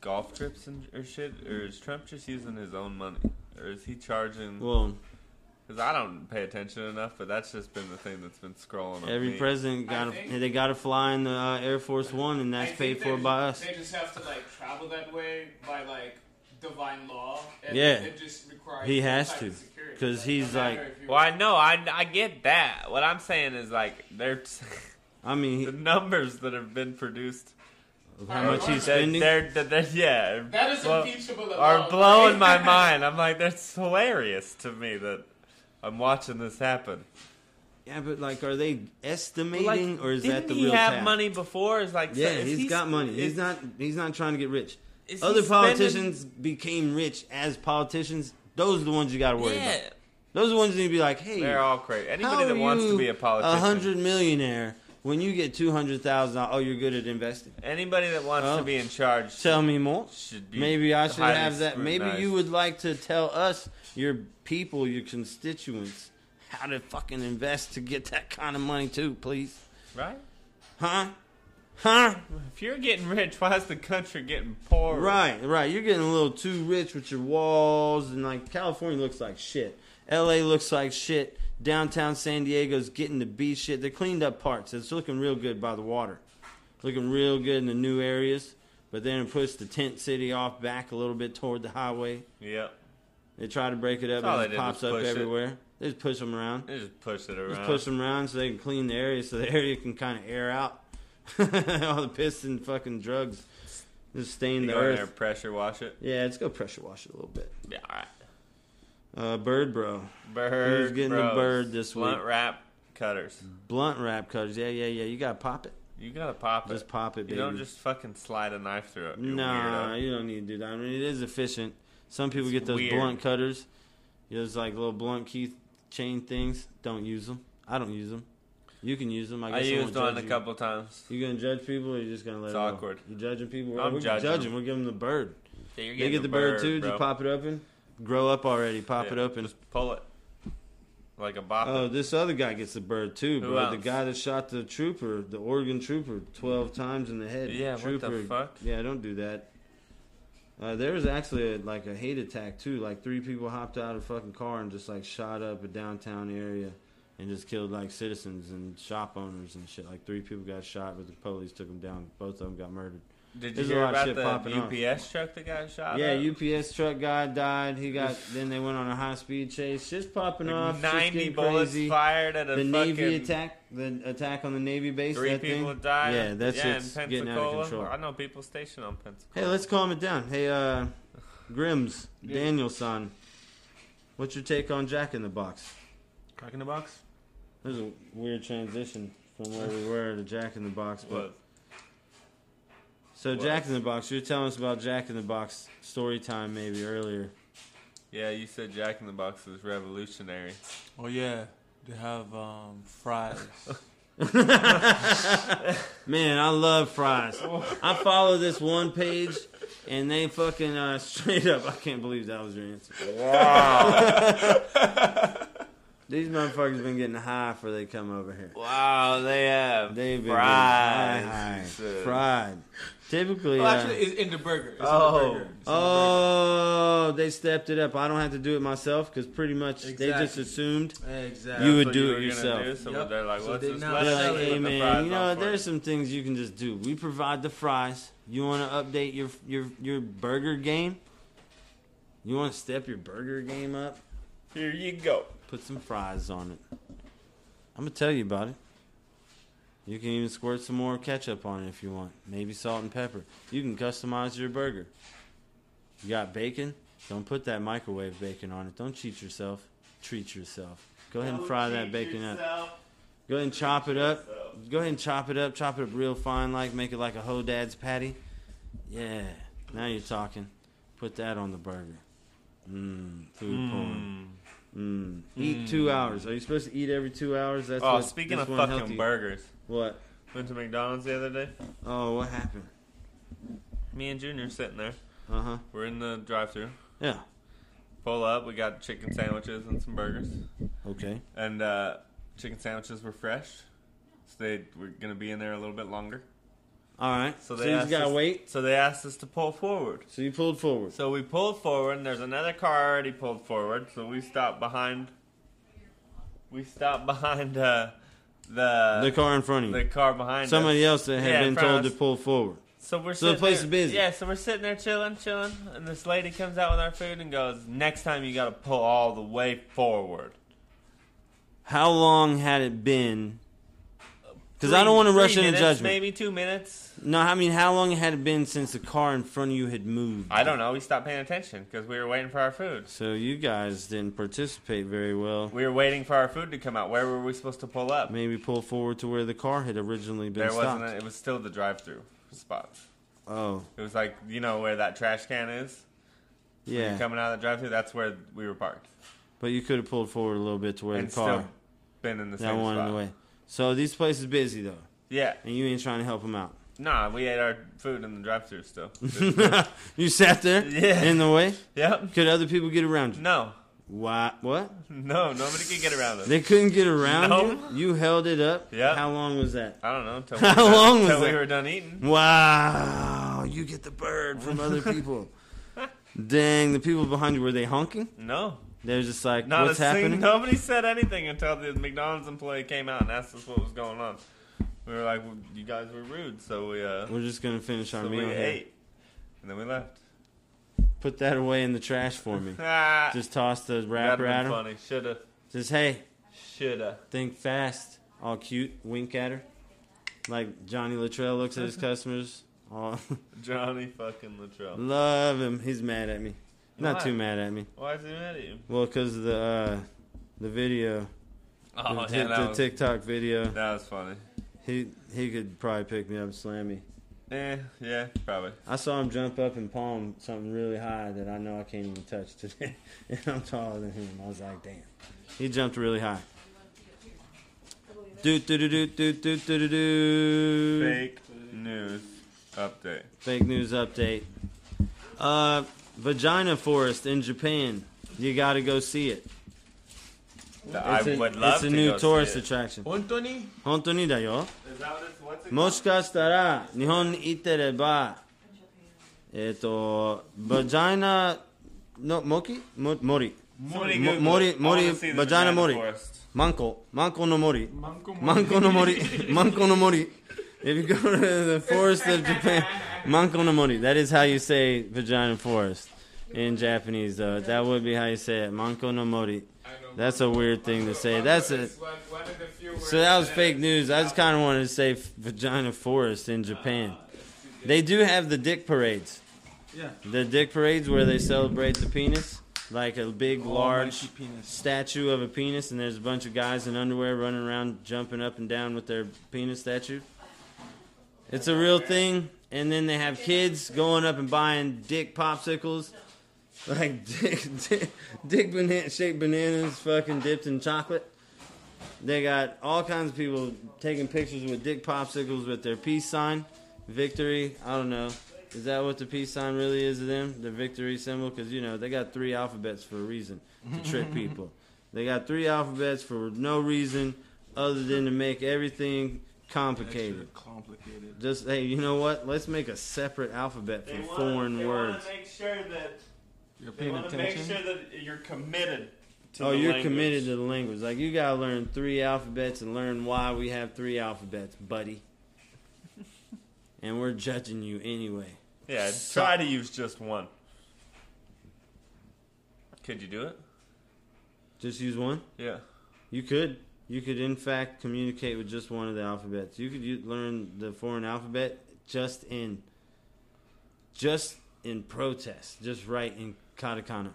Speaker 4: golf trips and or shit? Or is Trump just using his own money? Or is he charging?
Speaker 3: well
Speaker 4: Because I don't pay attention enough, but that's just been the thing that's been scrolling. on
Speaker 3: every
Speaker 4: me.
Speaker 3: president got
Speaker 5: I
Speaker 3: a,
Speaker 5: think-
Speaker 3: they got to fly in the uh, Air Force One and that's
Speaker 5: I
Speaker 3: paid
Speaker 5: think
Speaker 3: for
Speaker 5: they-
Speaker 3: by us
Speaker 5: They just have to like travel that way by like divine law. And
Speaker 3: Yeah.
Speaker 5: it just requires
Speaker 3: He
Speaker 5: some
Speaker 3: has
Speaker 5: type
Speaker 3: to,
Speaker 5: of security.
Speaker 3: 'cause
Speaker 5: no
Speaker 3: he's,
Speaker 5: matter
Speaker 3: like-
Speaker 5: if you're-
Speaker 4: Well, I know, I, I get that. What I'm saying is like they're
Speaker 3: I mean
Speaker 4: the numbers that have been produced.
Speaker 3: he- how much he's
Speaker 4: They're,
Speaker 3: spending
Speaker 4: they're, they're, yeah,
Speaker 5: that is
Speaker 4: well,
Speaker 5: impeachable.
Speaker 4: are
Speaker 5: alone,
Speaker 4: blowing my
Speaker 5: right?
Speaker 4: mind. I'm like, that's hilarious to me that I'm watching this happen.
Speaker 3: Yeah, but like, are they estimating or is that
Speaker 4: didn't
Speaker 3: the
Speaker 4: he
Speaker 3: real
Speaker 4: have
Speaker 3: tap?
Speaker 4: money before? Is like,
Speaker 3: Yeah,
Speaker 4: so, is
Speaker 3: he's
Speaker 4: he-
Speaker 3: got money.
Speaker 4: is-
Speaker 3: He's not. He's not trying to get rich.
Speaker 4: is he
Speaker 3: Other
Speaker 4: spending-
Speaker 3: politicians became rich as politicians. Those are the ones you got to worry
Speaker 4: Yeah,
Speaker 3: about. Those are the ones you need to be like, hey,
Speaker 4: they're all crazy.
Speaker 3: how
Speaker 4: Anybody
Speaker 3: are
Speaker 4: that wants
Speaker 3: you
Speaker 4: to be a
Speaker 3: a
Speaker 4: politician,
Speaker 3: hundred millionaire when you get two hundred thousand? Oh, you're good at investing.
Speaker 4: anybody that wants
Speaker 3: Oh.
Speaker 4: to be in charge,
Speaker 3: Tell me more.
Speaker 4: should be
Speaker 3: Maybe I should
Speaker 4: highly
Speaker 3: have that. Maybe
Speaker 4: scrutinized.
Speaker 3: you would like to tell us, your people, your constituents, how to fucking invest to get that kind of money too, please.
Speaker 4: right?
Speaker 3: Huh? Huh?
Speaker 4: If you're getting rich, why is the country getting poor?
Speaker 3: Right, right. You're getting a little too rich with your walls, and like California looks like shit. LA looks like shit. Downtown San Diego's getting to be shit. They cleaned up parts. It's looking real good by the water. Looking real good in the new areas. But then it pushed the tent city off back a little bit toward the highway.
Speaker 4: Yep.
Speaker 3: They try to break it up,
Speaker 4: That's all
Speaker 3: and
Speaker 4: they
Speaker 3: it
Speaker 4: did
Speaker 3: pops
Speaker 4: was
Speaker 3: up
Speaker 4: push it.
Speaker 3: everywhere. They just push them around.
Speaker 4: They just push it around.
Speaker 3: Just push them around so they can clean the area, so the area can kind of air out all the piss and fucking drugs just stain
Speaker 4: You
Speaker 3: the
Speaker 4: go in there,
Speaker 3: earth.
Speaker 4: pressure wash it.
Speaker 3: Yeah, let's go pressure wash it a little bit.
Speaker 4: Yeah, all right.
Speaker 3: Uh, bird bro,
Speaker 4: Bird.
Speaker 3: Who's getting the
Speaker 4: bros.
Speaker 3: bird this
Speaker 4: Blunt
Speaker 3: week?
Speaker 4: wrap cutters.
Speaker 3: blunt wrap cutters. Yeah, yeah, yeah. You gotta pop it.
Speaker 4: You gotta pop it.
Speaker 3: Just pop it,
Speaker 4: You
Speaker 3: baby.
Speaker 4: don't just fucking slide a knife through it. You
Speaker 3: nah,
Speaker 4: weirdo.
Speaker 3: you don't need to do that. I mean, it is efficient. Some people get those
Speaker 4: weird.
Speaker 3: blunt cutters. Those like little blunt key chain things. Don't use them. I don't use them. You can use them. I,
Speaker 4: I,
Speaker 3: guess won't
Speaker 4: used one
Speaker 3: judge
Speaker 4: a
Speaker 3: you.
Speaker 4: couple times.
Speaker 3: You gonna judge people, or you just gonna let
Speaker 4: It's
Speaker 3: it go?
Speaker 4: awkward.
Speaker 3: You judging people?
Speaker 4: I'm
Speaker 3: We're
Speaker 4: judging
Speaker 3: judging.
Speaker 4: them.
Speaker 3: We're giving them the bird.
Speaker 4: Yeah, you're
Speaker 3: They get the bird, too. Just pop it open. Grow up already. Pop it open.
Speaker 4: Just pull it like a bop.
Speaker 3: Oh, this other guy gets the bird too,
Speaker 4: Who
Speaker 3: bro.
Speaker 4: else?
Speaker 3: The guy that shot the trooper, the Oregon trooper, twelve times in the head.
Speaker 4: Yeah, what the
Speaker 3: trooper.
Speaker 4: fuck?
Speaker 3: Yeah, don't do that. Uh, there was actually a, like a hate attack too. Like three people hopped out of a fucking car and just like shot up a downtown area and just killed like citizens and shop owners and shit. Like three people got shot, but the police took them down. Both of them got murdered.
Speaker 4: Did you
Speaker 3: there's a
Speaker 4: hear
Speaker 3: lot of
Speaker 4: about
Speaker 3: shit popping off.
Speaker 4: the UPS truck that got shot?
Speaker 3: Yeah,
Speaker 4: up?
Speaker 3: UPS truck guy died. He got then they went on a high speed chase. Shit's popping
Speaker 4: Like
Speaker 3: off. shit's
Speaker 4: Ninety
Speaker 3: getting
Speaker 4: bullets
Speaker 3: crazy.
Speaker 4: fired at a
Speaker 3: the
Speaker 4: fucking
Speaker 3: Navy attack, the attack on the Navy base.
Speaker 4: Three
Speaker 3: that
Speaker 4: people
Speaker 3: thing?
Speaker 4: died.
Speaker 3: Yeah, that's
Speaker 4: yeah,
Speaker 3: shit's
Speaker 4: in
Speaker 3: getting out of
Speaker 4: Pensacola.
Speaker 3: control.
Speaker 4: I know people stationed on Pensacola.
Speaker 3: Hey, let's calm it down. Hey, uh, Grimm's Danielson, What's your take on Jack in the Box?
Speaker 4: Crack in the box.
Speaker 3: There's a weird transition from where we were to Jack in the Box, but
Speaker 4: What?
Speaker 3: so
Speaker 4: What?
Speaker 3: Jack in the Box. You were telling us about Jack in the Box story time maybe earlier.
Speaker 4: Yeah, you said Jack in the Box is revolutionary.
Speaker 7: Oh yeah, they have um, fries.
Speaker 3: Man, I love fries. I follow this one page, and they fucking uh, straight up. I can't believe that was your answer. These motherfuckers been getting high before they come over here.
Speaker 4: Wow, they have
Speaker 3: They've been
Speaker 4: fries.
Speaker 3: getting high, high,
Speaker 4: Shit.
Speaker 3: fried. Typically,
Speaker 7: well,
Speaker 3: uh,
Speaker 7: actually, it's in the burger. It's in the
Speaker 4: Oh,
Speaker 7: burger. It's in the
Speaker 3: oh, they stepped it up. I don't have to do it myself because pretty much they just
Speaker 7: Exactly.
Speaker 3: assumed
Speaker 7: burger.
Speaker 4: That's
Speaker 7: Exactly.
Speaker 3: You would
Speaker 4: what
Speaker 3: do it
Speaker 4: were gonna
Speaker 3: yourself.
Speaker 4: do, so
Speaker 7: Yep.
Speaker 4: they're like,
Speaker 7: So
Speaker 4: let's
Speaker 7: they
Speaker 4: just
Speaker 7: now
Speaker 4: let
Speaker 3: They're
Speaker 4: us
Speaker 7: That's
Speaker 3: like,
Speaker 7: how
Speaker 4: put
Speaker 7: they
Speaker 3: hey
Speaker 4: the
Speaker 3: man,
Speaker 4: fries
Speaker 3: you know
Speaker 4: on
Speaker 3: what?
Speaker 4: for
Speaker 3: There's
Speaker 4: it."
Speaker 3: some things you can just do. We provide the fries. You want to update your your your burger game? You want to step your burger game up?
Speaker 4: Here you go.
Speaker 3: Put some fries on it. I'm gonna tell you about it. You can even squirt some more ketchup on it if you want. Maybe salt and pepper. You can customize your burger. You got bacon? Don't put that microwave bacon on it. Don't cheat yourself. Treat yourself. Go ahead and fry that bacon up. Go ahead and chop it up. Go ahead and chop it up. Chop it up real fine, like make it like a whole dad's patty. Yeah, now you're talking. Put that on the burger. Mmm, food
Speaker 4: Mm.
Speaker 3: porn. Mmm. Eat two hours. Are you supposed to eat every two hours? That's
Speaker 4: Oh,
Speaker 3: what,
Speaker 4: speaking
Speaker 3: this
Speaker 4: of
Speaker 3: one
Speaker 4: fucking
Speaker 3: healthy-
Speaker 4: burgers,
Speaker 3: What?
Speaker 4: went to McDonald's the other day.
Speaker 3: Oh, what happened?
Speaker 4: Me and Junior sitting there.
Speaker 3: Uh huh.
Speaker 4: We're in the drive-through.
Speaker 3: Yeah.
Speaker 4: Pull up. We got chicken sandwiches and some burgers.
Speaker 3: Okay.
Speaker 4: And uh, chicken sandwiches were fresh, so they were gonna be in there a little bit longer.
Speaker 3: All right.
Speaker 4: So
Speaker 3: So, so
Speaker 4: they
Speaker 3: you just
Speaker 4: asked
Speaker 3: gotta
Speaker 4: us-
Speaker 3: wait.
Speaker 4: So they asked us to pull forward.
Speaker 3: So you pulled forward.
Speaker 4: So we pulled forward, and there's another car already pulled forward. So we stopped behind. We stopped behind uh,
Speaker 3: the
Speaker 4: the
Speaker 3: car in front of
Speaker 4: uh, the
Speaker 3: you.
Speaker 4: car behind
Speaker 3: Somebody
Speaker 4: us.
Speaker 3: else that had
Speaker 4: Yeah, in
Speaker 3: been
Speaker 4: front of
Speaker 3: told to
Speaker 4: us.
Speaker 3: pull forward.
Speaker 4: So we're
Speaker 3: So the
Speaker 4: sitting
Speaker 3: place
Speaker 4: there-
Speaker 3: is busy.
Speaker 4: Yeah, so we're sitting there chilling, chilling, and this lady comes out with our food and goes, "Next time you got to pull all the way forward."
Speaker 3: How long had it been? Because I don't want to
Speaker 4: Uh, Three
Speaker 3: rush into
Speaker 4: minutes,
Speaker 3: judgment.
Speaker 4: Maybe two minutes.
Speaker 3: No, I mean, how long had it been since the car in front of you had moved?
Speaker 4: I don't know. We stopped paying attention because we were waiting for our food.
Speaker 3: So you guys didn't participate very well.
Speaker 4: We were waiting for our food to come out. Where were we supposed to pull up?
Speaker 3: Maybe pull forward to where the car had originally been
Speaker 4: There
Speaker 3: stopped.
Speaker 4: wasn't. A, it was still the drive-through spot.
Speaker 3: oh,
Speaker 4: It was like you know where that trash can is. When you're
Speaker 3: yeah.
Speaker 4: coming out of the drive-through, that's where we were parked
Speaker 3: But you could have pulled forward a little bit to where
Speaker 4: and
Speaker 3: the car
Speaker 4: still been in the
Speaker 3: that
Speaker 4: same
Speaker 3: one in
Speaker 4: spot.
Speaker 3: the way. So these places busy though,
Speaker 4: Yeah.
Speaker 3: and you ain't trying to help them out.
Speaker 4: Nah, we ate our food in the drive-through still.
Speaker 3: you sat there
Speaker 4: Yeah.
Speaker 3: in the way.
Speaker 4: yep.
Speaker 3: Could other people get around you?
Speaker 4: No.
Speaker 3: Why? What?
Speaker 4: No. Nobody could get around us.
Speaker 3: They couldn't get around
Speaker 4: No.
Speaker 3: you. You held it up.
Speaker 4: Yeah.
Speaker 3: How long was that?
Speaker 4: I don't know. Till
Speaker 3: How
Speaker 4: we were done-
Speaker 3: long was
Speaker 4: till we
Speaker 3: it?
Speaker 4: were done eating?
Speaker 3: Wow, you get the bird from other people. Dang, the people behind you were they honking?
Speaker 4: No.
Speaker 3: They're just like,
Speaker 4: Not
Speaker 3: what's
Speaker 4: a single.
Speaker 3: happening?
Speaker 4: Nobody said anything until the McDonald's employee came out and asked us what was going on. We were like, well, "You guys were rude," so we uh,
Speaker 3: We're just gonna finish our
Speaker 4: so we
Speaker 3: meal here.
Speaker 4: ate, and then we left.
Speaker 3: Put that away in the trash for me.
Speaker 4: Ah,
Speaker 3: just toss the
Speaker 4: that'd
Speaker 3: wrapper
Speaker 4: been
Speaker 3: at her.
Speaker 4: funny. Shoulda,
Speaker 3: Just hey,
Speaker 4: shoulda.
Speaker 3: think fast. All cute, wink at her, like Johnny Latrell looks at his customers. All
Speaker 4: Johnny fucking Latrell.
Speaker 3: love him. He's mad at me. Not
Speaker 4: Why?
Speaker 3: too mad at me.
Speaker 4: Why is he mad at you?
Speaker 3: Well, cause of the uh, the video, the,
Speaker 4: Oh
Speaker 3: t-
Speaker 4: yeah,
Speaker 3: the
Speaker 4: that was,
Speaker 3: TikTok video.
Speaker 4: that was funny.
Speaker 3: He he could probably pick me up and slam me.
Speaker 4: Eh, yeah, probably.
Speaker 3: I saw him jump up and palm something really high that I know I can't even touch today. and I'm taller than him. I was like, damn. He jumped really high. Do do do do do do do do do.
Speaker 4: Fake news update.
Speaker 3: Fake news update. Uh, Vagina Forest in Japan. You got to go see it.
Speaker 4: I
Speaker 3: It's a-
Speaker 4: would love
Speaker 3: It's a
Speaker 4: to
Speaker 3: new
Speaker 4: go
Speaker 3: tourist
Speaker 4: see it.
Speaker 3: attraction.
Speaker 7: Anthony,
Speaker 3: 本当にだよ。
Speaker 4: Is that what it's, what's it
Speaker 3: も
Speaker 4: called?
Speaker 3: しかしたら日本に行ってれば、えっ、と、バジャイナの森も森。
Speaker 4: Somebody
Speaker 3: Mo-
Speaker 4: Google
Speaker 3: Mori-
Speaker 4: it. I
Speaker 3: Mori-
Speaker 4: wanna see the
Speaker 3: vagina Mori.
Speaker 4: forest.
Speaker 3: マンコ、マンコの森。
Speaker 7: Manco,
Speaker 3: Manco no Mori. Manco no Mori. If you go to the forest of Japan, Manco no Mori. That is how you say vagina forest in Japanese, though. That would be how you say it. Manco no Mori. That's a weird thing to say. That's a. So that was fake news. I just kind of wanted to say f- vagina forest in Japan. They do have the dick parades.
Speaker 7: Yeah.
Speaker 3: The dick parades where they celebrate the penis. like a big,
Speaker 7: Almighty
Speaker 3: large
Speaker 7: penis.
Speaker 3: statue of a penis, and there's a bunch of guys in underwear running around, jumping up and down with their penis statue. It's a real thing. And then they have kids going up and buying dick popsicles, like dick, dick, dick banana, shaped bananas, fucking dipped in chocolate. They got all kinds of people taking pictures with dick popsicles with their peace sign, victory. I don't know. Is that what the peace sign really is to them? The victory symbol? Because, you know, they got three alphabets for a reason to trick people. They got three alphabets for no reason other than to make everything complicated.
Speaker 7: Extra Complicated.
Speaker 3: Just, hey, you know what? Let's make a separate alphabet for foreign words.
Speaker 4: make sure that
Speaker 7: You're paying attention.
Speaker 4: that you're committed. to
Speaker 3: Oh,
Speaker 4: the
Speaker 3: you're
Speaker 4: language.
Speaker 3: committed to the language. Like, you got to learn three alphabets and learn why we have three alphabets, buddy. and we're judging you anyway.
Speaker 4: Yeah, try to use just one. Could you do it?
Speaker 3: Just use one?
Speaker 4: Yeah.
Speaker 3: You could. You could, in fact, communicate with just one of the alphabets. You could u- learn the foreign alphabet just in, just in protest. Just write in katakana.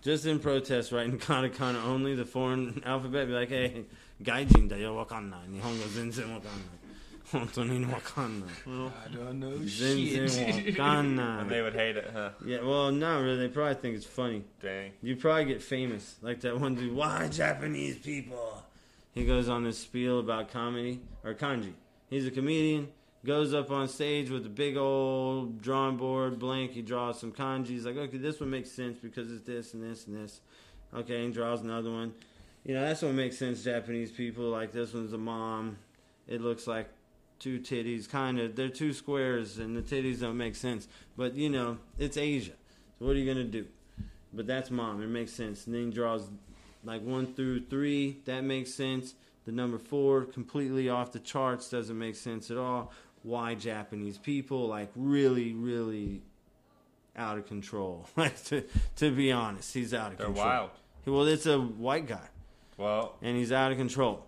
Speaker 3: Just in protest, write in katakana only. The foreign alphabet. Be like, hey, gaijin da yo wakanna. Nihongo zenzen wakanna. Hontoni ni wakanna.
Speaker 7: I don't know
Speaker 3: Zenzen
Speaker 4: And they
Speaker 3: wakanna.
Speaker 4: would hate it, huh?
Speaker 3: Yeah, well, not really. They probably think it's funny.
Speaker 4: Dang.
Speaker 3: You probably get famous, like that one dude. Why Japanese people? He goes on this spiel about comedy or kanji. He's a comedian. Goes up on stage with a big old drawing board blank. He draws some kanji. He's like, okay, this one makes sense because it's this and this and this. Okay, and draws another one. You know, that's what makes sense. Japanese people like this one's a mom. It looks like two titties, kind of. They're two squares, and the titties don't make sense. But you know, it's Asia. So what are you gonna do? But that's mom. It makes sense. And then he draws like one through three. That makes sense. The number four, completely off the charts, doesn't make sense at all. Why Japanese people? Like, really, really out of control. Like, to, to be honest, he's out of
Speaker 4: They're
Speaker 3: control.
Speaker 4: wild.
Speaker 3: Well, it's a white guy
Speaker 4: Well,
Speaker 3: and he's out of control.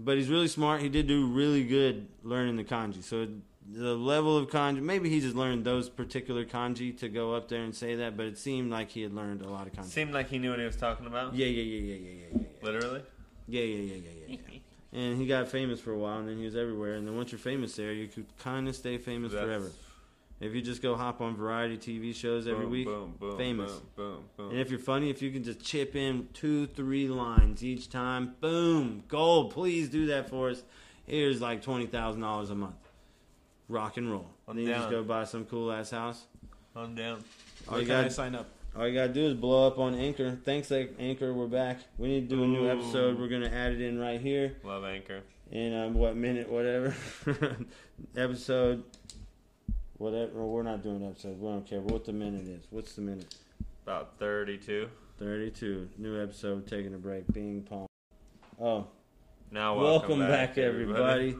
Speaker 3: But he's really smart. He did do really good learning the kanji. So the level of kanji, maybe he just learned those particular kanji to go up there and say that. But it seemed like he had learned a lot of kanji.
Speaker 4: seemed like he knew what he was talking about.
Speaker 3: yeah, yeah, yeah, yeah, yeah, yeah, yeah, yeah.
Speaker 4: Literally.
Speaker 3: Yeah, yeah, yeah, yeah, yeah, yeah. and he got famous for a while, and then he was everywhere. And then once you're famous there, you could kind of stay famous
Speaker 4: That's-
Speaker 3: forever. If you just go hop on variety TV shows every
Speaker 4: boom,
Speaker 3: week,
Speaker 4: Boom, boom,
Speaker 3: famous.
Speaker 4: Boom, boom, boom.
Speaker 3: And if you're funny, if you can just chip in two, three lines each time, boom, gold. Please do that for us. Here's like twenty thousand dollars a month. Rock and roll.
Speaker 4: I'm
Speaker 3: and then you just
Speaker 4: down.
Speaker 3: go buy some cool ass house.
Speaker 4: I'm down.
Speaker 3: All you,
Speaker 7: can I
Speaker 3: gotta,
Speaker 7: sign up?
Speaker 3: all you gotta do is blow up on Anchor. Thanks, like Anchor. We're back. We need to do a new
Speaker 4: Ooh.
Speaker 3: episode. We're gonna add it in right here
Speaker 4: Love anchor.
Speaker 3: in um, what minute, whatever episode. Whatever. We're not doing episodes. We don't care what the minute is. What's the minute?
Speaker 4: About 32.
Speaker 3: 32. New episode, taking a break. Bing pong. Oh,
Speaker 4: Now
Speaker 3: welcome, back, everybody.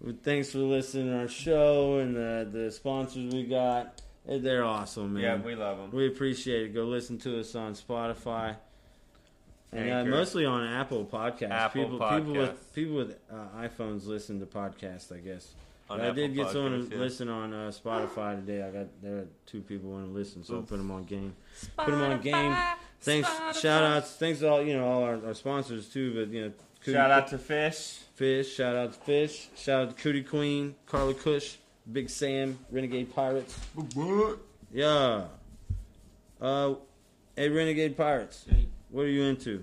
Speaker 3: Well, Thanks for listening to our show and the, the sponsors we got. Eh, They're awesome, man.
Speaker 4: Yeah, we love them.
Speaker 3: We appreciate it. Go listen to us on Spotify. And uh,
Speaker 4: Anchor.
Speaker 3: mostly on Apple Podcasts.
Speaker 4: Apple
Speaker 3: people, people with
Speaker 4: Podcasts.
Speaker 3: people with uh, iPhones listen to podcasts, I guess.
Speaker 4: On
Speaker 3: But I did
Speaker 4: Apple
Speaker 3: get someone
Speaker 4: Podcasts,
Speaker 3: to
Speaker 4: yeah.
Speaker 3: listen on uh, Spotify today. I got there are two people want to listen, so I put them on game. Put them on game. Thanks, shout outs. Thanks to all you know, all our, our sponsors too. But you know, Cootie
Speaker 4: Shout out to Fish.
Speaker 3: Fish. Shout out to Fish. Shout out to Cootie Queen, Carla Cush, Big Sam, Renegade Pirates. Yeah. Uh, hey, Renegade Pirates.
Speaker 7: Hey.
Speaker 3: What are you into?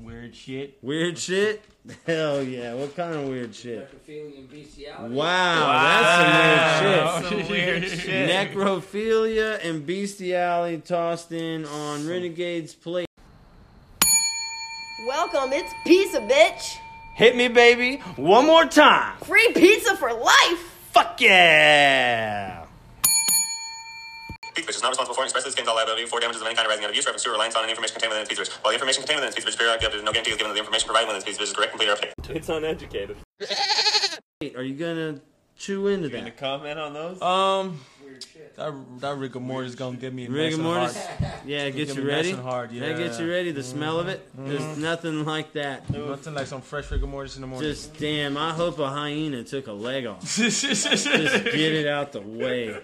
Speaker 7: Weird shit.
Speaker 3: Weird shit? Hell yeah! What kind of weird shit?
Speaker 8: Necrophilia and bestiality.
Speaker 3: Wow, that's some weird shit.
Speaker 4: Some weird shit.
Speaker 3: Necrophilia and bestiality tossed in on Renegade's plate.
Speaker 9: Welcome, it's Pizza Bitch.
Speaker 3: Hit me, baby, one more time.
Speaker 9: Free pizza for life.
Speaker 3: Fuck yeah.
Speaker 10: Pizza Bitch is not responsible for and expressly disclaims all liability for damages of any kind arising out of use, reference to, or reliance on any information contained within this Pizza Bitch. While the information contained within this Pizza Bitch is periodically updated, no guarantee is given that the information provided within this Pizza Bitch is correct, complete, or up to date.
Speaker 4: It's uneducated.
Speaker 3: Are you gonna chew into
Speaker 4: You gonna
Speaker 3: that?
Speaker 4: comment on those?
Speaker 7: Um, that that rigor mortis is gonna get me
Speaker 3: Rigor
Speaker 7: nice and
Speaker 3: mortis?
Speaker 7: hard.
Speaker 3: Yeah,
Speaker 7: It's
Speaker 3: get
Speaker 7: gonna
Speaker 3: you
Speaker 7: be nice
Speaker 3: ready.
Speaker 7: and hard,
Speaker 3: That gets you
Speaker 7: yeah.
Speaker 3: ready. The smell of it. There's nothing like that.
Speaker 7: Nothing like some fresh rigor mortis in the morning.
Speaker 3: Just damn. I hope a hyena took a leg off. Just get it out the way.